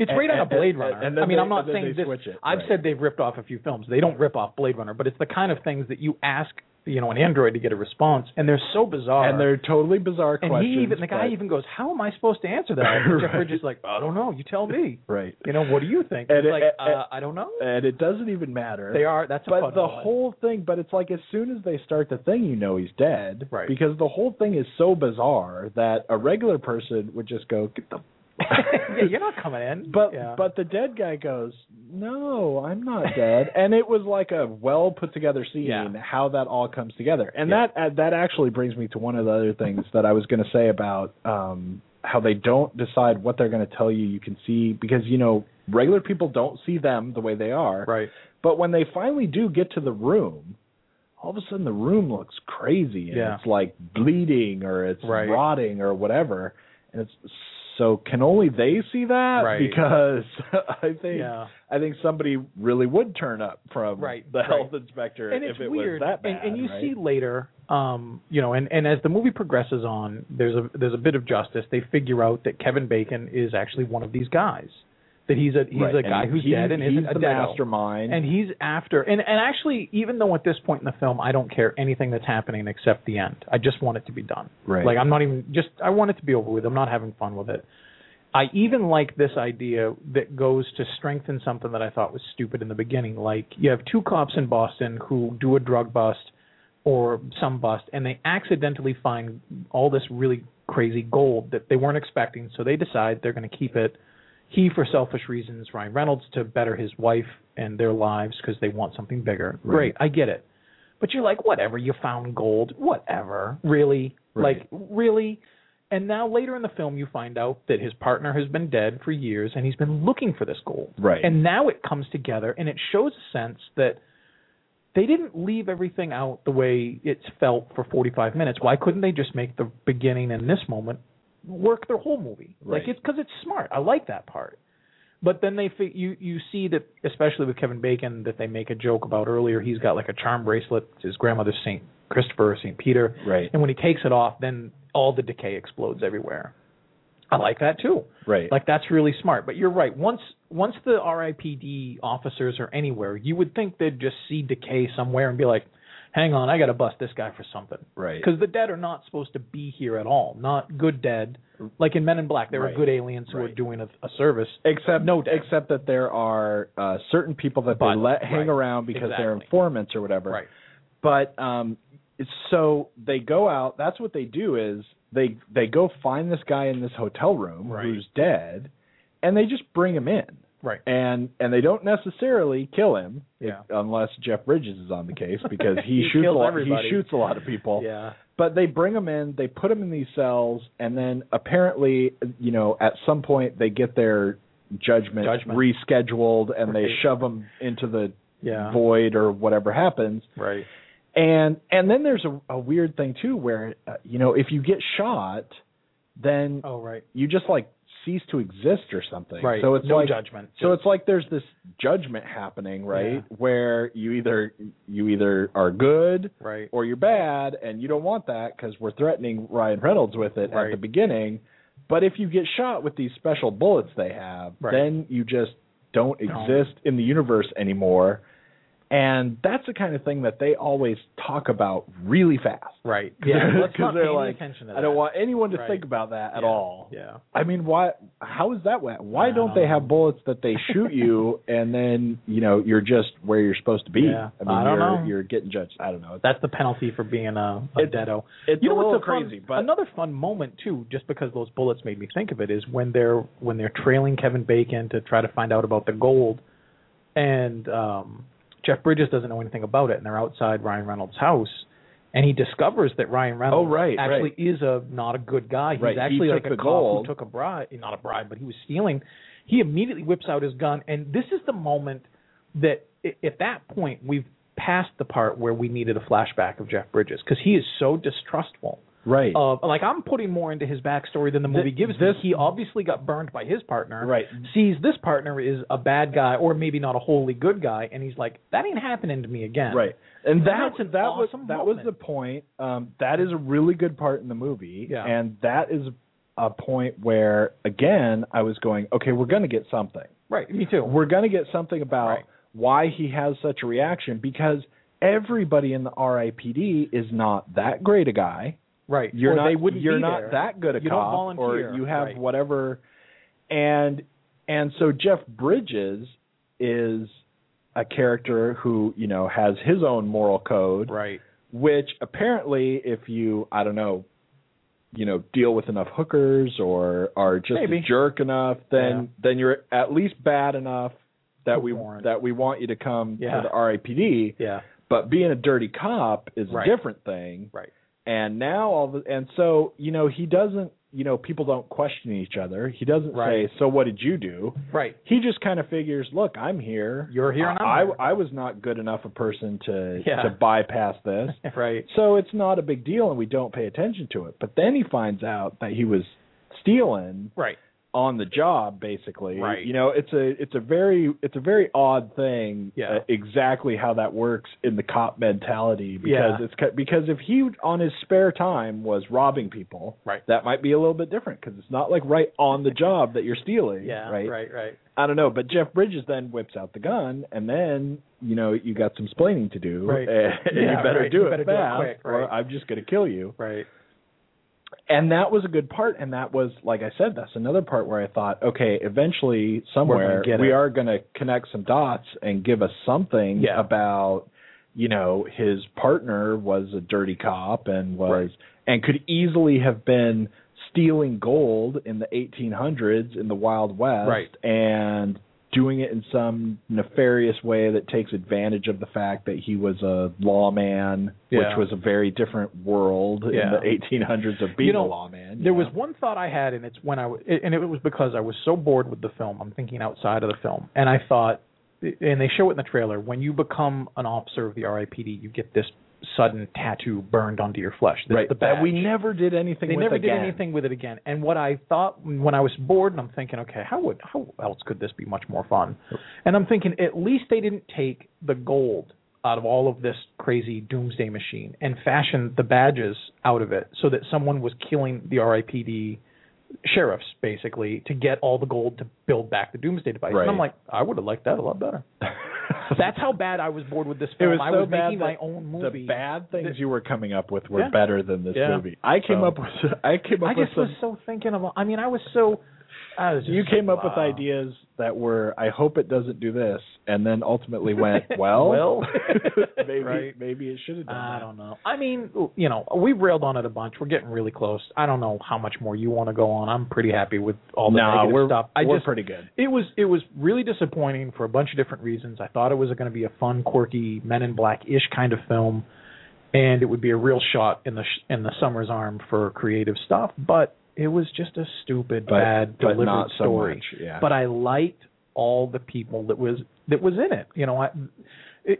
[SPEAKER 3] It's
[SPEAKER 1] And-
[SPEAKER 3] right out of
[SPEAKER 1] and-
[SPEAKER 3] Blade
[SPEAKER 1] and-
[SPEAKER 3] Runner.
[SPEAKER 1] and then
[SPEAKER 3] I mean,
[SPEAKER 1] they-
[SPEAKER 3] I'm not
[SPEAKER 1] and then
[SPEAKER 3] saying
[SPEAKER 1] they
[SPEAKER 3] this.
[SPEAKER 1] switch it,
[SPEAKER 3] I've
[SPEAKER 1] right.
[SPEAKER 3] said they've ripped off a few films. They don't rip off Blade Runner, but it's the kind of things that you ask, you know, an android to get a response, and they're so bizarre.
[SPEAKER 1] And they're totally bizarre
[SPEAKER 3] And
[SPEAKER 1] questions.
[SPEAKER 3] he even the guy
[SPEAKER 1] but-
[SPEAKER 3] even goes, "How am I supposed to answer
[SPEAKER 1] (laughs)
[SPEAKER 3] that?" And Jeff
[SPEAKER 1] Right.
[SPEAKER 3] Bridges is like, "I don't know. You tell me.
[SPEAKER 1] right.
[SPEAKER 3] You know, what do you think?"
[SPEAKER 1] And
[SPEAKER 3] He's
[SPEAKER 1] it-
[SPEAKER 3] like,
[SPEAKER 1] it-
[SPEAKER 3] uh, "I don't know."
[SPEAKER 1] and it doesn't even matter.
[SPEAKER 3] They are. That's a
[SPEAKER 1] But
[SPEAKER 3] fun
[SPEAKER 1] the
[SPEAKER 3] one.
[SPEAKER 1] whole thing, but it's like as soon as they start the thing, you know he's dead,
[SPEAKER 3] Right.
[SPEAKER 1] Because the whole thing is so bizarre that a regular person would just go, "Get the."
[SPEAKER 3] (laughs) (laughs) yeah, you're
[SPEAKER 1] (laughs)
[SPEAKER 3] not coming in.
[SPEAKER 1] But
[SPEAKER 3] yeah.
[SPEAKER 1] but the dead guy goes, "No, I'm not dead," (laughs) and it was like a well put together scene
[SPEAKER 3] Yeah.
[SPEAKER 1] how that all comes together, and
[SPEAKER 3] Yeah.
[SPEAKER 1] that uh, that actually brings me to one of the other things that I was going to say about um, how they don't decide what they're going to tell you. You can see because you know regular people don't see them the way they are,
[SPEAKER 3] right.
[SPEAKER 1] But when they finally do get to the room, all of a sudden the room looks crazy and
[SPEAKER 3] Yeah.
[SPEAKER 1] it's like bleeding or it's
[SPEAKER 3] Right.
[SPEAKER 1] rotting or whatever. And it's so can only they see that
[SPEAKER 3] Right.
[SPEAKER 1] because (laughs) I think
[SPEAKER 3] Yeah.
[SPEAKER 1] I think somebody really would turn up from
[SPEAKER 3] Right,
[SPEAKER 1] the
[SPEAKER 3] right.
[SPEAKER 1] health inspector
[SPEAKER 3] and
[SPEAKER 1] if
[SPEAKER 3] it's
[SPEAKER 1] it
[SPEAKER 3] weird.
[SPEAKER 1] was that bad.
[SPEAKER 3] and, and you
[SPEAKER 1] right?
[SPEAKER 3] see later, um, you know, and, and as the movie progresses on, there's a there's a bit of justice. They figure out that Kevin Bacon is actually one of these guys. That he's a he's
[SPEAKER 1] Right,
[SPEAKER 3] a
[SPEAKER 1] and
[SPEAKER 3] guy who's
[SPEAKER 1] he-
[SPEAKER 3] dead and
[SPEAKER 1] he's
[SPEAKER 3] isn't a
[SPEAKER 1] the
[SPEAKER 3] deado.
[SPEAKER 1] mastermind.
[SPEAKER 3] And he's after and, and actually even though at this point in the film I don't care anything that's happening except the end. I just want it to be done.
[SPEAKER 1] Right.
[SPEAKER 3] Like I'm not even just I want it to be over with. I'm not having fun with it. I even like this idea that goes to strengthen something that I thought was stupid in the beginning. Like you have two cops in Boston who do a drug bust or some bust, and they accidentally find all this really crazy gold that they weren't expecting. So they decide they're going to keep it. He for selfish reasons, Ryan Reynolds to better his wife and their lives because they want something bigger. Great, I get it. But you're like, whatever. You found gold. Whatever. Really.
[SPEAKER 1] Right.
[SPEAKER 3] Like really. And now later in the film, you find out that his partner has been dead for years, and he's been looking for this gold.
[SPEAKER 1] Right.
[SPEAKER 3] And now it comes together, and it shows a sense that they didn't leave everything out the way it's felt for 45 minutes. Why couldn't they just make the beginning and this moment work their whole movie?
[SPEAKER 1] Right.
[SPEAKER 3] Like it's because it's smart. I like that part. But then they fi- you you see that especially with Kevin Bacon that they make a joke about earlier. He's got like a charm bracelet. It's his grandmother's Saint Christopher, or Saint Peter.
[SPEAKER 1] Right.
[SPEAKER 3] And when he takes it off, then all the decay explodes everywhere. I like that too.
[SPEAKER 1] Right.
[SPEAKER 3] Like that's really smart. But you're right. Once once the RIPD officers are anywhere, you would think they'd just see decay somewhere and be like, "Hang on, I got to bust this guy for something."
[SPEAKER 1] Right.
[SPEAKER 3] Because the dead are not supposed to be here at all. Not good dead. Like in Men in Black, there
[SPEAKER 1] Mm. Right.
[SPEAKER 3] were good aliens who
[SPEAKER 1] Right.
[SPEAKER 3] were doing a, a service.
[SPEAKER 1] Except
[SPEAKER 3] No doubt.
[SPEAKER 1] except that there are uh, certain people that
[SPEAKER 3] But-
[SPEAKER 1] they let
[SPEAKER 3] right.
[SPEAKER 1] hang around because they're
[SPEAKER 3] Exactly.
[SPEAKER 1] informants or whatever.
[SPEAKER 3] Right.
[SPEAKER 1] But um, it's- so they go out. That's what they do is they they go find this guy in this hotel room
[SPEAKER 3] Right.
[SPEAKER 1] who's dead, and they just bring him in.
[SPEAKER 3] Right.
[SPEAKER 1] And and they don't necessarily kill him
[SPEAKER 3] Yeah.
[SPEAKER 1] unless Jeff Bridges is on the case because
[SPEAKER 3] (laughs)
[SPEAKER 1] he,
[SPEAKER 3] He
[SPEAKER 1] shoots a
[SPEAKER 3] kills
[SPEAKER 1] lot,
[SPEAKER 3] everybody.
[SPEAKER 1] he shoots a lot of people.
[SPEAKER 3] Yeah.
[SPEAKER 1] But they bring them in, they put them in these cells, and then apparently, you know, at some point they get their judgment,
[SPEAKER 3] Judgment.
[SPEAKER 1] rescheduled, and they
[SPEAKER 3] Right.
[SPEAKER 1] shove them into the
[SPEAKER 3] Yeah.
[SPEAKER 1] void or whatever happens.
[SPEAKER 3] Right.
[SPEAKER 1] And and then there's a, a weird thing too, where uh, you know, if you get shot, then
[SPEAKER 3] Oh right.
[SPEAKER 1] you just like cease to exist or something.
[SPEAKER 3] Right.
[SPEAKER 1] So it's
[SPEAKER 3] no
[SPEAKER 1] like
[SPEAKER 3] judgment.
[SPEAKER 1] so it's like there's this judgment happening, right? Where you either you either are good
[SPEAKER 3] right.
[SPEAKER 1] or you're bad, and you don't want that because we're threatening Ryan Reynolds with it at
[SPEAKER 3] Right.
[SPEAKER 1] the beginning. But if you get shot with these special bullets they have,
[SPEAKER 3] Right.
[SPEAKER 1] then you just don't exist in the universe anymore. And that's the kind of thing that they always talk about really fast. (laughs)
[SPEAKER 3] Right.
[SPEAKER 1] 'Cause
[SPEAKER 3] Yeah.
[SPEAKER 1] they're-
[SPEAKER 3] Let's
[SPEAKER 1] 'cause
[SPEAKER 3] not pay
[SPEAKER 1] they're
[SPEAKER 3] any
[SPEAKER 1] like,
[SPEAKER 3] attention to
[SPEAKER 1] I don't
[SPEAKER 3] that.
[SPEAKER 1] want anyone to
[SPEAKER 3] Right.
[SPEAKER 1] think about that at
[SPEAKER 3] Yeah.
[SPEAKER 1] all.
[SPEAKER 3] Yeah.
[SPEAKER 1] I mean, why? How is that? wa- Why
[SPEAKER 3] I
[SPEAKER 1] don't
[SPEAKER 3] don't
[SPEAKER 1] they
[SPEAKER 3] know.
[SPEAKER 1] have bullets that they
[SPEAKER 3] (laughs)
[SPEAKER 1] shoot you, and then you know you're just where you're supposed to be?
[SPEAKER 3] Yeah.
[SPEAKER 1] I mean,
[SPEAKER 3] I don't
[SPEAKER 1] you're
[SPEAKER 3] know.
[SPEAKER 1] you're getting judged. I don't know.
[SPEAKER 3] That's the penalty for being a, a
[SPEAKER 1] It's-
[SPEAKER 3] deado.
[SPEAKER 1] it's
[SPEAKER 3] you know
[SPEAKER 1] a little
[SPEAKER 3] what's fun-
[SPEAKER 1] crazy, but
[SPEAKER 3] another fun moment too, just because those bullets made me think of it, is when they're when they're trailing Kevin Bacon to try to find out about the gold, and um, Jeff Bridges doesn't know anything about it, and they're outside Ryan Reynolds' house, and he discovers that Ryan Reynolds
[SPEAKER 1] Oh, right,
[SPEAKER 3] actually is a not a good guy. He's
[SPEAKER 1] Right, he
[SPEAKER 3] actually
[SPEAKER 1] took
[SPEAKER 3] like
[SPEAKER 1] the
[SPEAKER 3] a cop
[SPEAKER 1] gold.
[SPEAKER 3] who took a bribe, not a bribe, but he was stealing. He immediately whips out his gun, and this is the moment that i- at that point we've passed the part where we needed a flashback of Jeff Bridges because he is so distrustful
[SPEAKER 1] right.
[SPEAKER 3] of like I'm putting more into his backstory than the movie
[SPEAKER 1] Thi-
[SPEAKER 3] gives
[SPEAKER 1] this-
[SPEAKER 3] me. He obviously got burned by his partner.
[SPEAKER 1] Right.
[SPEAKER 3] Sees this partner is a bad guy or maybe not a wholly good guy, and he's like, that ain't happening to me again.
[SPEAKER 1] Right. And that
[SPEAKER 3] That's an
[SPEAKER 1] that was
[SPEAKER 3] awesome
[SPEAKER 1] that was
[SPEAKER 3] moment.
[SPEAKER 1] the point. Um, that is a really good part in the movie,
[SPEAKER 3] Yeah.
[SPEAKER 1] and that is a point where again I was going, okay, we're going to get something.
[SPEAKER 3] Right. Me too.
[SPEAKER 1] We're going to get something about
[SPEAKER 3] Right.
[SPEAKER 1] why he has such a reaction because everybody in the RIPD is not that great a guy.
[SPEAKER 3] Right.
[SPEAKER 1] You're
[SPEAKER 3] or
[SPEAKER 1] not
[SPEAKER 3] they wouldn't
[SPEAKER 1] you're
[SPEAKER 3] be
[SPEAKER 1] not
[SPEAKER 3] there.
[SPEAKER 1] that good a
[SPEAKER 3] You don't
[SPEAKER 1] cop or
[SPEAKER 3] volunteer.
[SPEAKER 1] you have
[SPEAKER 3] Right.
[SPEAKER 1] whatever and and so Jeff Bridges is a character who, you know, has his own moral code
[SPEAKER 3] Right.
[SPEAKER 1] which apparently if you i don't know you know deal with enough hookers or are just
[SPEAKER 3] Maybe.
[SPEAKER 1] a jerk enough then
[SPEAKER 3] Yeah.
[SPEAKER 1] then you're at least bad enough that
[SPEAKER 3] To
[SPEAKER 1] we
[SPEAKER 3] warrant.
[SPEAKER 1] that we want you to come
[SPEAKER 3] Yeah.
[SPEAKER 1] to the RAPD
[SPEAKER 3] Yeah.
[SPEAKER 1] but being a dirty cop is
[SPEAKER 3] Right.
[SPEAKER 1] a different thing
[SPEAKER 3] Right.
[SPEAKER 1] and now all the and so you know he doesn't you know, people don't question each other. He doesn't
[SPEAKER 3] Right.
[SPEAKER 1] say, "So what did you do?" (laughs)
[SPEAKER 3] Right.
[SPEAKER 1] He just kind of figures, "Look, I'm here.
[SPEAKER 3] You're here and I'm
[SPEAKER 1] I
[SPEAKER 3] here."
[SPEAKER 1] I was not good enough a person to
[SPEAKER 3] Yeah.
[SPEAKER 1] to bypass this,
[SPEAKER 3] Right.
[SPEAKER 1] so it's not a big deal, and we don't pay attention to it." But then he finds out that he was stealing
[SPEAKER 3] Right.
[SPEAKER 1] on the job basically
[SPEAKER 3] Right.
[SPEAKER 1] you know it's a it's a very it's a very odd thing uh,
[SPEAKER 3] Yeah.
[SPEAKER 1] exactly how that works in the cop mentality because
[SPEAKER 3] Yeah.
[SPEAKER 1] it's ca- because if he on his spare time was robbing people
[SPEAKER 3] Right.
[SPEAKER 1] that might be a little bit different because it's not like right on the job that you're stealing
[SPEAKER 3] Yeah.
[SPEAKER 1] right
[SPEAKER 3] Right. Right.
[SPEAKER 1] i don't know but jeff bridges then whips out the gun and then you know you got some splaining to do
[SPEAKER 3] Right.
[SPEAKER 1] and (laughs)
[SPEAKER 3] Yeah,
[SPEAKER 1] you better
[SPEAKER 3] right.
[SPEAKER 1] do
[SPEAKER 3] You
[SPEAKER 1] it
[SPEAKER 3] better do it
[SPEAKER 1] fast
[SPEAKER 3] quick,
[SPEAKER 1] or
[SPEAKER 3] right.
[SPEAKER 1] i'm just going to kill you
[SPEAKER 3] Right.
[SPEAKER 1] and that was a good part and that was like i said that's another part where i thought okay eventually somewhere
[SPEAKER 3] get
[SPEAKER 1] we
[SPEAKER 3] it.
[SPEAKER 1] are going to connect some dots and give us something
[SPEAKER 3] Yeah.
[SPEAKER 1] about you know his partner was a dirty cop and was
[SPEAKER 3] Right.
[SPEAKER 1] and could easily have been stealing gold in the 1800s in the wild west
[SPEAKER 3] Right.
[SPEAKER 1] and doing it in some nefarious way that takes advantage of the fact that he was a lawman
[SPEAKER 3] Yeah.
[SPEAKER 1] which was a very different world
[SPEAKER 3] Yeah.
[SPEAKER 1] in the 1800s of being
[SPEAKER 3] You know,
[SPEAKER 1] a lawman. you
[SPEAKER 3] There
[SPEAKER 1] know?
[SPEAKER 3] was one thought I had, and it's when I w- and it was because I was so bored with the film. I'm thinking outside of the film, and I thought, and they show it in the trailer. When you become an officer of the RIPD, you get this sudden tattoo burned onto your flesh. This,
[SPEAKER 1] right
[SPEAKER 3] the badge.
[SPEAKER 1] that we never did anything.
[SPEAKER 3] they
[SPEAKER 1] with
[SPEAKER 3] never
[SPEAKER 1] again.
[SPEAKER 3] did anything with it again. And what I thought when I was bored, and I'm thinking, okay, how would how else could this be much more fun? And I'm thinking, at least they didn't take the gold out of all of this crazy doomsday machine and fashion the badges out of it so that someone was killing the RIPD sheriffs basically to get all the gold to build back the doomsday device. And I'm
[SPEAKER 1] Right.
[SPEAKER 3] like, I would have liked that a lot
[SPEAKER 1] (laughs)
[SPEAKER 3] better. That's how bad I was bored with this
[SPEAKER 1] It
[SPEAKER 3] film.
[SPEAKER 1] was
[SPEAKER 3] I
[SPEAKER 1] so
[SPEAKER 3] was
[SPEAKER 1] bad
[SPEAKER 3] making my
[SPEAKER 1] that
[SPEAKER 3] own
[SPEAKER 1] the
[SPEAKER 3] movie.
[SPEAKER 1] bad things
[SPEAKER 3] that-
[SPEAKER 1] you were coming up with were
[SPEAKER 3] Yeah.
[SPEAKER 1] better than this
[SPEAKER 3] Yeah.
[SPEAKER 1] movie. I came
[SPEAKER 3] So-
[SPEAKER 1] up with (laughs) I came up
[SPEAKER 3] I
[SPEAKER 1] with
[SPEAKER 3] just was
[SPEAKER 1] some.
[SPEAKER 3] so thinking about. I mean, I was so. I was just uh,
[SPEAKER 1] You came up with
[SPEAKER 3] wow.
[SPEAKER 1] ideas that were I hope it doesn't do this, and then (laughs) ultimately went
[SPEAKER 3] (laughs)
[SPEAKER 1] well.
[SPEAKER 3] Well.
[SPEAKER 1] (laughs) maybe
[SPEAKER 3] Right.
[SPEAKER 1] maybe it should have done.
[SPEAKER 3] I
[SPEAKER 1] that.
[SPEAKER 3] don't know. I mean, you know, we railed on it a bunch. We're getting really close. I don't know how much more you want to go on. I'm pretty happy with all the
[SPEAKER 1] Nah,
[SPEAKER 3] negative
[SPEAKER 1] we're
[SPEAKER 3] stuff. I
[SPEAKER 1] we're
[SPEAKER 3] just
[SPEAKER 1] pretty good.
[SPEAKER 3] it was it was really disappointing for a bunch of different reasons. I thought it was going to be a fun, quirky Men in Black ish kind of film, and it would be a real shot in the sh- in the summer's arm for creative stuff. But it was just a stupid,
[SPEAKER 1] But-
[SPEAKER 3] bad,
[SPEAKER 1] but
[SPEAKER 3] deliberate
[SPEAKER 1] not so
[SPEAKER 3] story.
[SPEAKER 1] much, yeah.
[SPEAKER 3] But I liked all the people that was that was in it. You know, I,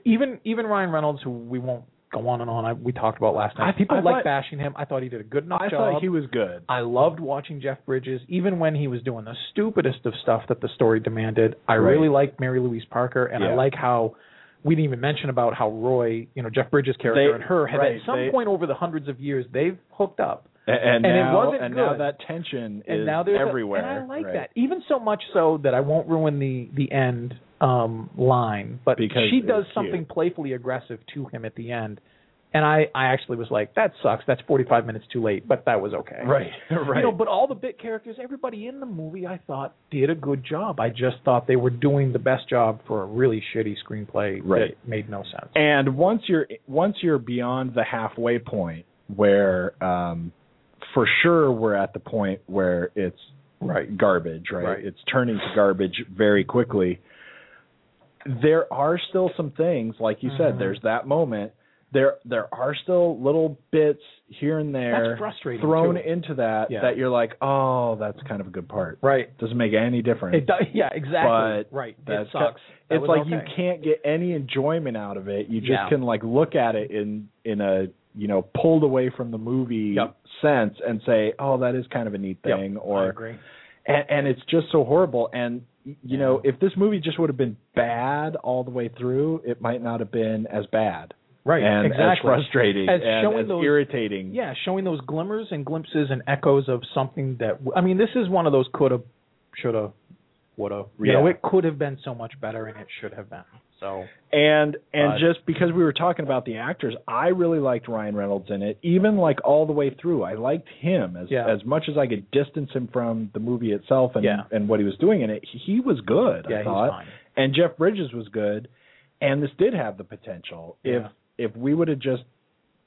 [SPEAKER 3] even even Ryan Reynolds, who we won't go on and on. I, we talked about last night.
[SPEAKER 1] I-
[SPEAKER 3] people
[SPEAKER 1] I
[SPEAKER 3] like
[SPEAKER 1] thought-
[SPEAKER 3] bashing him. I thought he did a good enough
[SPEAKER 1] I
[SPEAKER 3] job.
[SPEAKER 1] thought he was good.
[SPEAKER 3] I loved watching Jeff Bridges, even when he was doing the stupidest of stuff that the story demanded. I
[SPEAKER 1] Right.
[SPEAKER 3] really liked Mary Louise Parker, and
[SPEAKER 1] Yeah.
[SPEAKER 3] I like how we didn't even mention about how Roy, you know, Jeff Bridges' character
[SPEAKER 1] They-
[SPEAKER 3] and her had
[SPEAKER 1] right,
[SPEAKER 3] at some
[SPEAKER 1] they-
[SPEAKER 3] point over the hundreds of years they've hooked up,
[SPEAKER 1] A- And,
[SPEAKER 3] And it
[SPEAKER 1] now,
[SPEAKER 3] wasn't
[SPEAKER 1] and now
[SPEAKER 3] good.
[SPEAKER 1] that tension
[SPEAKER 3] and
[SPEAKER 1] is
[SPEAKER 3] now there's a-
[SPEAKER 1] everywhere.
[SPEAKER 3] and I like
[SPEAKER 1] right?
[SPEAKER 3] that, even so much so that I won't ruin the the end um line, but
[SPEAKER 1] Because
[SPEAKER 3] she
[SPEAKER 1] it's
[SPEAKER 3] does
[SPEAKER 1] cute.
[SPEAKER 3] something playfully aggressive to him at the end. And I, I actually was like, that sucks. That's 45 minutes too late, but that was okay.
[SPEAKER 1] Right, right.
[SPEAKER 3] You know, but all the bit characters, everybody in the movie, I thought did a good job. I just thought they were doing the best job for a really shitty screenplay
[SPEAKER 1] Right.
[SPEAKER 3] that made no sense.
[SPEAKER 1] and once you're once you're beyond the halfway point where um for sure we're at the point where it's
[SPEAKER 3] Right.
[SPEAKER 1] garbage right,
[SPEAKER 3] Right.
[SPEAKER 1] it's turning to garbage very quickly there are still some things like you
[SPEAKER 3] Mm-hmm.
[SPEAKER 1] said there's that moment there there are still little bits here and there
[SPEAKER 3] That's frustrating,
[SPEAKER 1] thrown
[SPEAKER 3] too.
[SPEAKER 1] into that
[SPEAKER 3] Yeah.
[SPEAKER 1] that you're like oh that's kind of a good part
[SPEAKER 3] Right.
[SPEAKER 1] doesn't make any difference
[SPEAKER 3] It does, yeah, exactly.
[SPEAKER 1] but
[SPEAKER 3] right. It
[SPEAKER 1] that's ki-
[SPEAKER 3] sucks. That
[SPEAKER 1] it's
[SPEAKER 3] was
[SPEAKER 1] like
[SPEAKER 3] okay.
[SPEAKER 1] you can't get any enjoyment out of it. You just
[SPEAKER 3] Yeah.
[SPEAKER 1] can like look at it in in a you know pulled away from the movie
[SPEAKER 3] Yep.
[SPEAKER 1] sense and say, oh, that is kind of a neat
[SPEAKER 3] Yep,
[SPEAKER 1] thing,
[SPEAKER 3] I
[SPEAKER 1] or
[SPEAKER 3] agree.
[SPEAKER 1] and, and it's just so horrible. And y- you know, if this movie just would have been bad all the way through, it might not have been as bad,
[SPEAKER 3] Right.
[SPEAKER 1] And as
[SPEAKER 3] exactly.
[SPEAKER 1] frustrating
[SPEAKER 3] As
[SPEAKER 1] and
[SPEAKER 3] showing
[SPEAKER 1] as
[SPEAKER 3] those-
[SPEAKER 1] irritating.
[SPEAKER 3] Yeah, showing those glimmers and glimpses and echoes of something that I mean, this is one of those coulda, shoulda, woulda. You know,
[SPEAKER 1] Yeah.
[SPEAKER 3] it could have been so much better, and it should have been. So
[SPEAKER 1] And and
[SPEAKER 3] But-
[SPEAKER 1] just because we were talking about the actors, I really liked Ryan Reynolds in it, even like all the way through. I liked him as
[SPEAKER 3] Yeah.
[SPEAKER 1] as much as I could distance him from the movie itself and
[SPEAKER 3] Yeah.
[SPEAKER 1] and what he was doing in it. He- He was good,
[SPEAKER 3] Yeah,
[SPEAKER 1] I
[SPEAKER 3] he's
[SPEAKER 1] thought.
[SPEAKER 3] fine.
[SPEAKER 1] And Jeff Bridges was good, and this did have the potential.
[SPEAKER 3] Yeah.
[SPEAKER 1] If if we would have just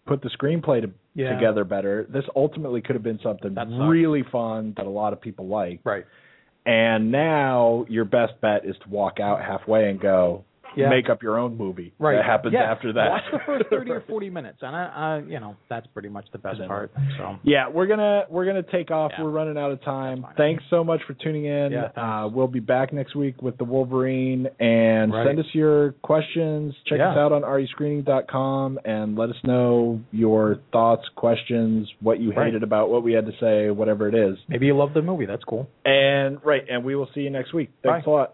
[SPEAKER 1] put the screenplay to,
[SPEAKER 3] Yeah.
[SPEAKER 1] together better, this ultimately could have been something
[SPEAKER 3] That sucks.
[SPEAKER 1] really fun that a lot of people liked.
[SPEAKER 3] right.
[SPEAKER 1] And now your best bet is to walk out halfway and go,
[SPEAKER 3] Yeah.
[SPEAKER 1] make up your own movie
[SPEAKER 3] right.
[SPEAKER 1] that happens
[SPEAKER 3] Yeah.
[SPEAKER 1] after that.
[SPEAKER 3] Watch the
[SPEAKER 1] (laughs)
[SPEAKER 3] first thirty or forty minutes, and I, I you know, that's pretty much the best
[SPEAKER 1] And then-
[SPEAKER 3] part. So
[SPEAKER 1] Yeah, we're gonna we're gonna take off.
[SPEAKER 3] Yeah.
[SPEAKER 1] We're running out of time.
[SPEAKER 3] That's fine.
[SPEAKER 1] Thanks so much for tuning in.
[SPEAKER 3] Yeah, thanks.
[SPEAKER 1] uh, we'll be back next week with the Wolverine. And
[SPEAKER 3] Right.
[SPEAKER 1] send us your questions. Check
[SPEAKER 3] Yeah.
[SPEAKER 1] us out on rescreening.com and let us know your thoughts, questions, what you
[SPEAKER 3] Right.
[SPEAKER 1] hated about what we had to say, whatever it is.
[SPEAKER 3] maybe you love the movie. That's cool.
[SPEAKER 1] And right, and we will see you next week. Thanks
[SPEAKER 3] Bye.
[SPEAKER 1] a lot.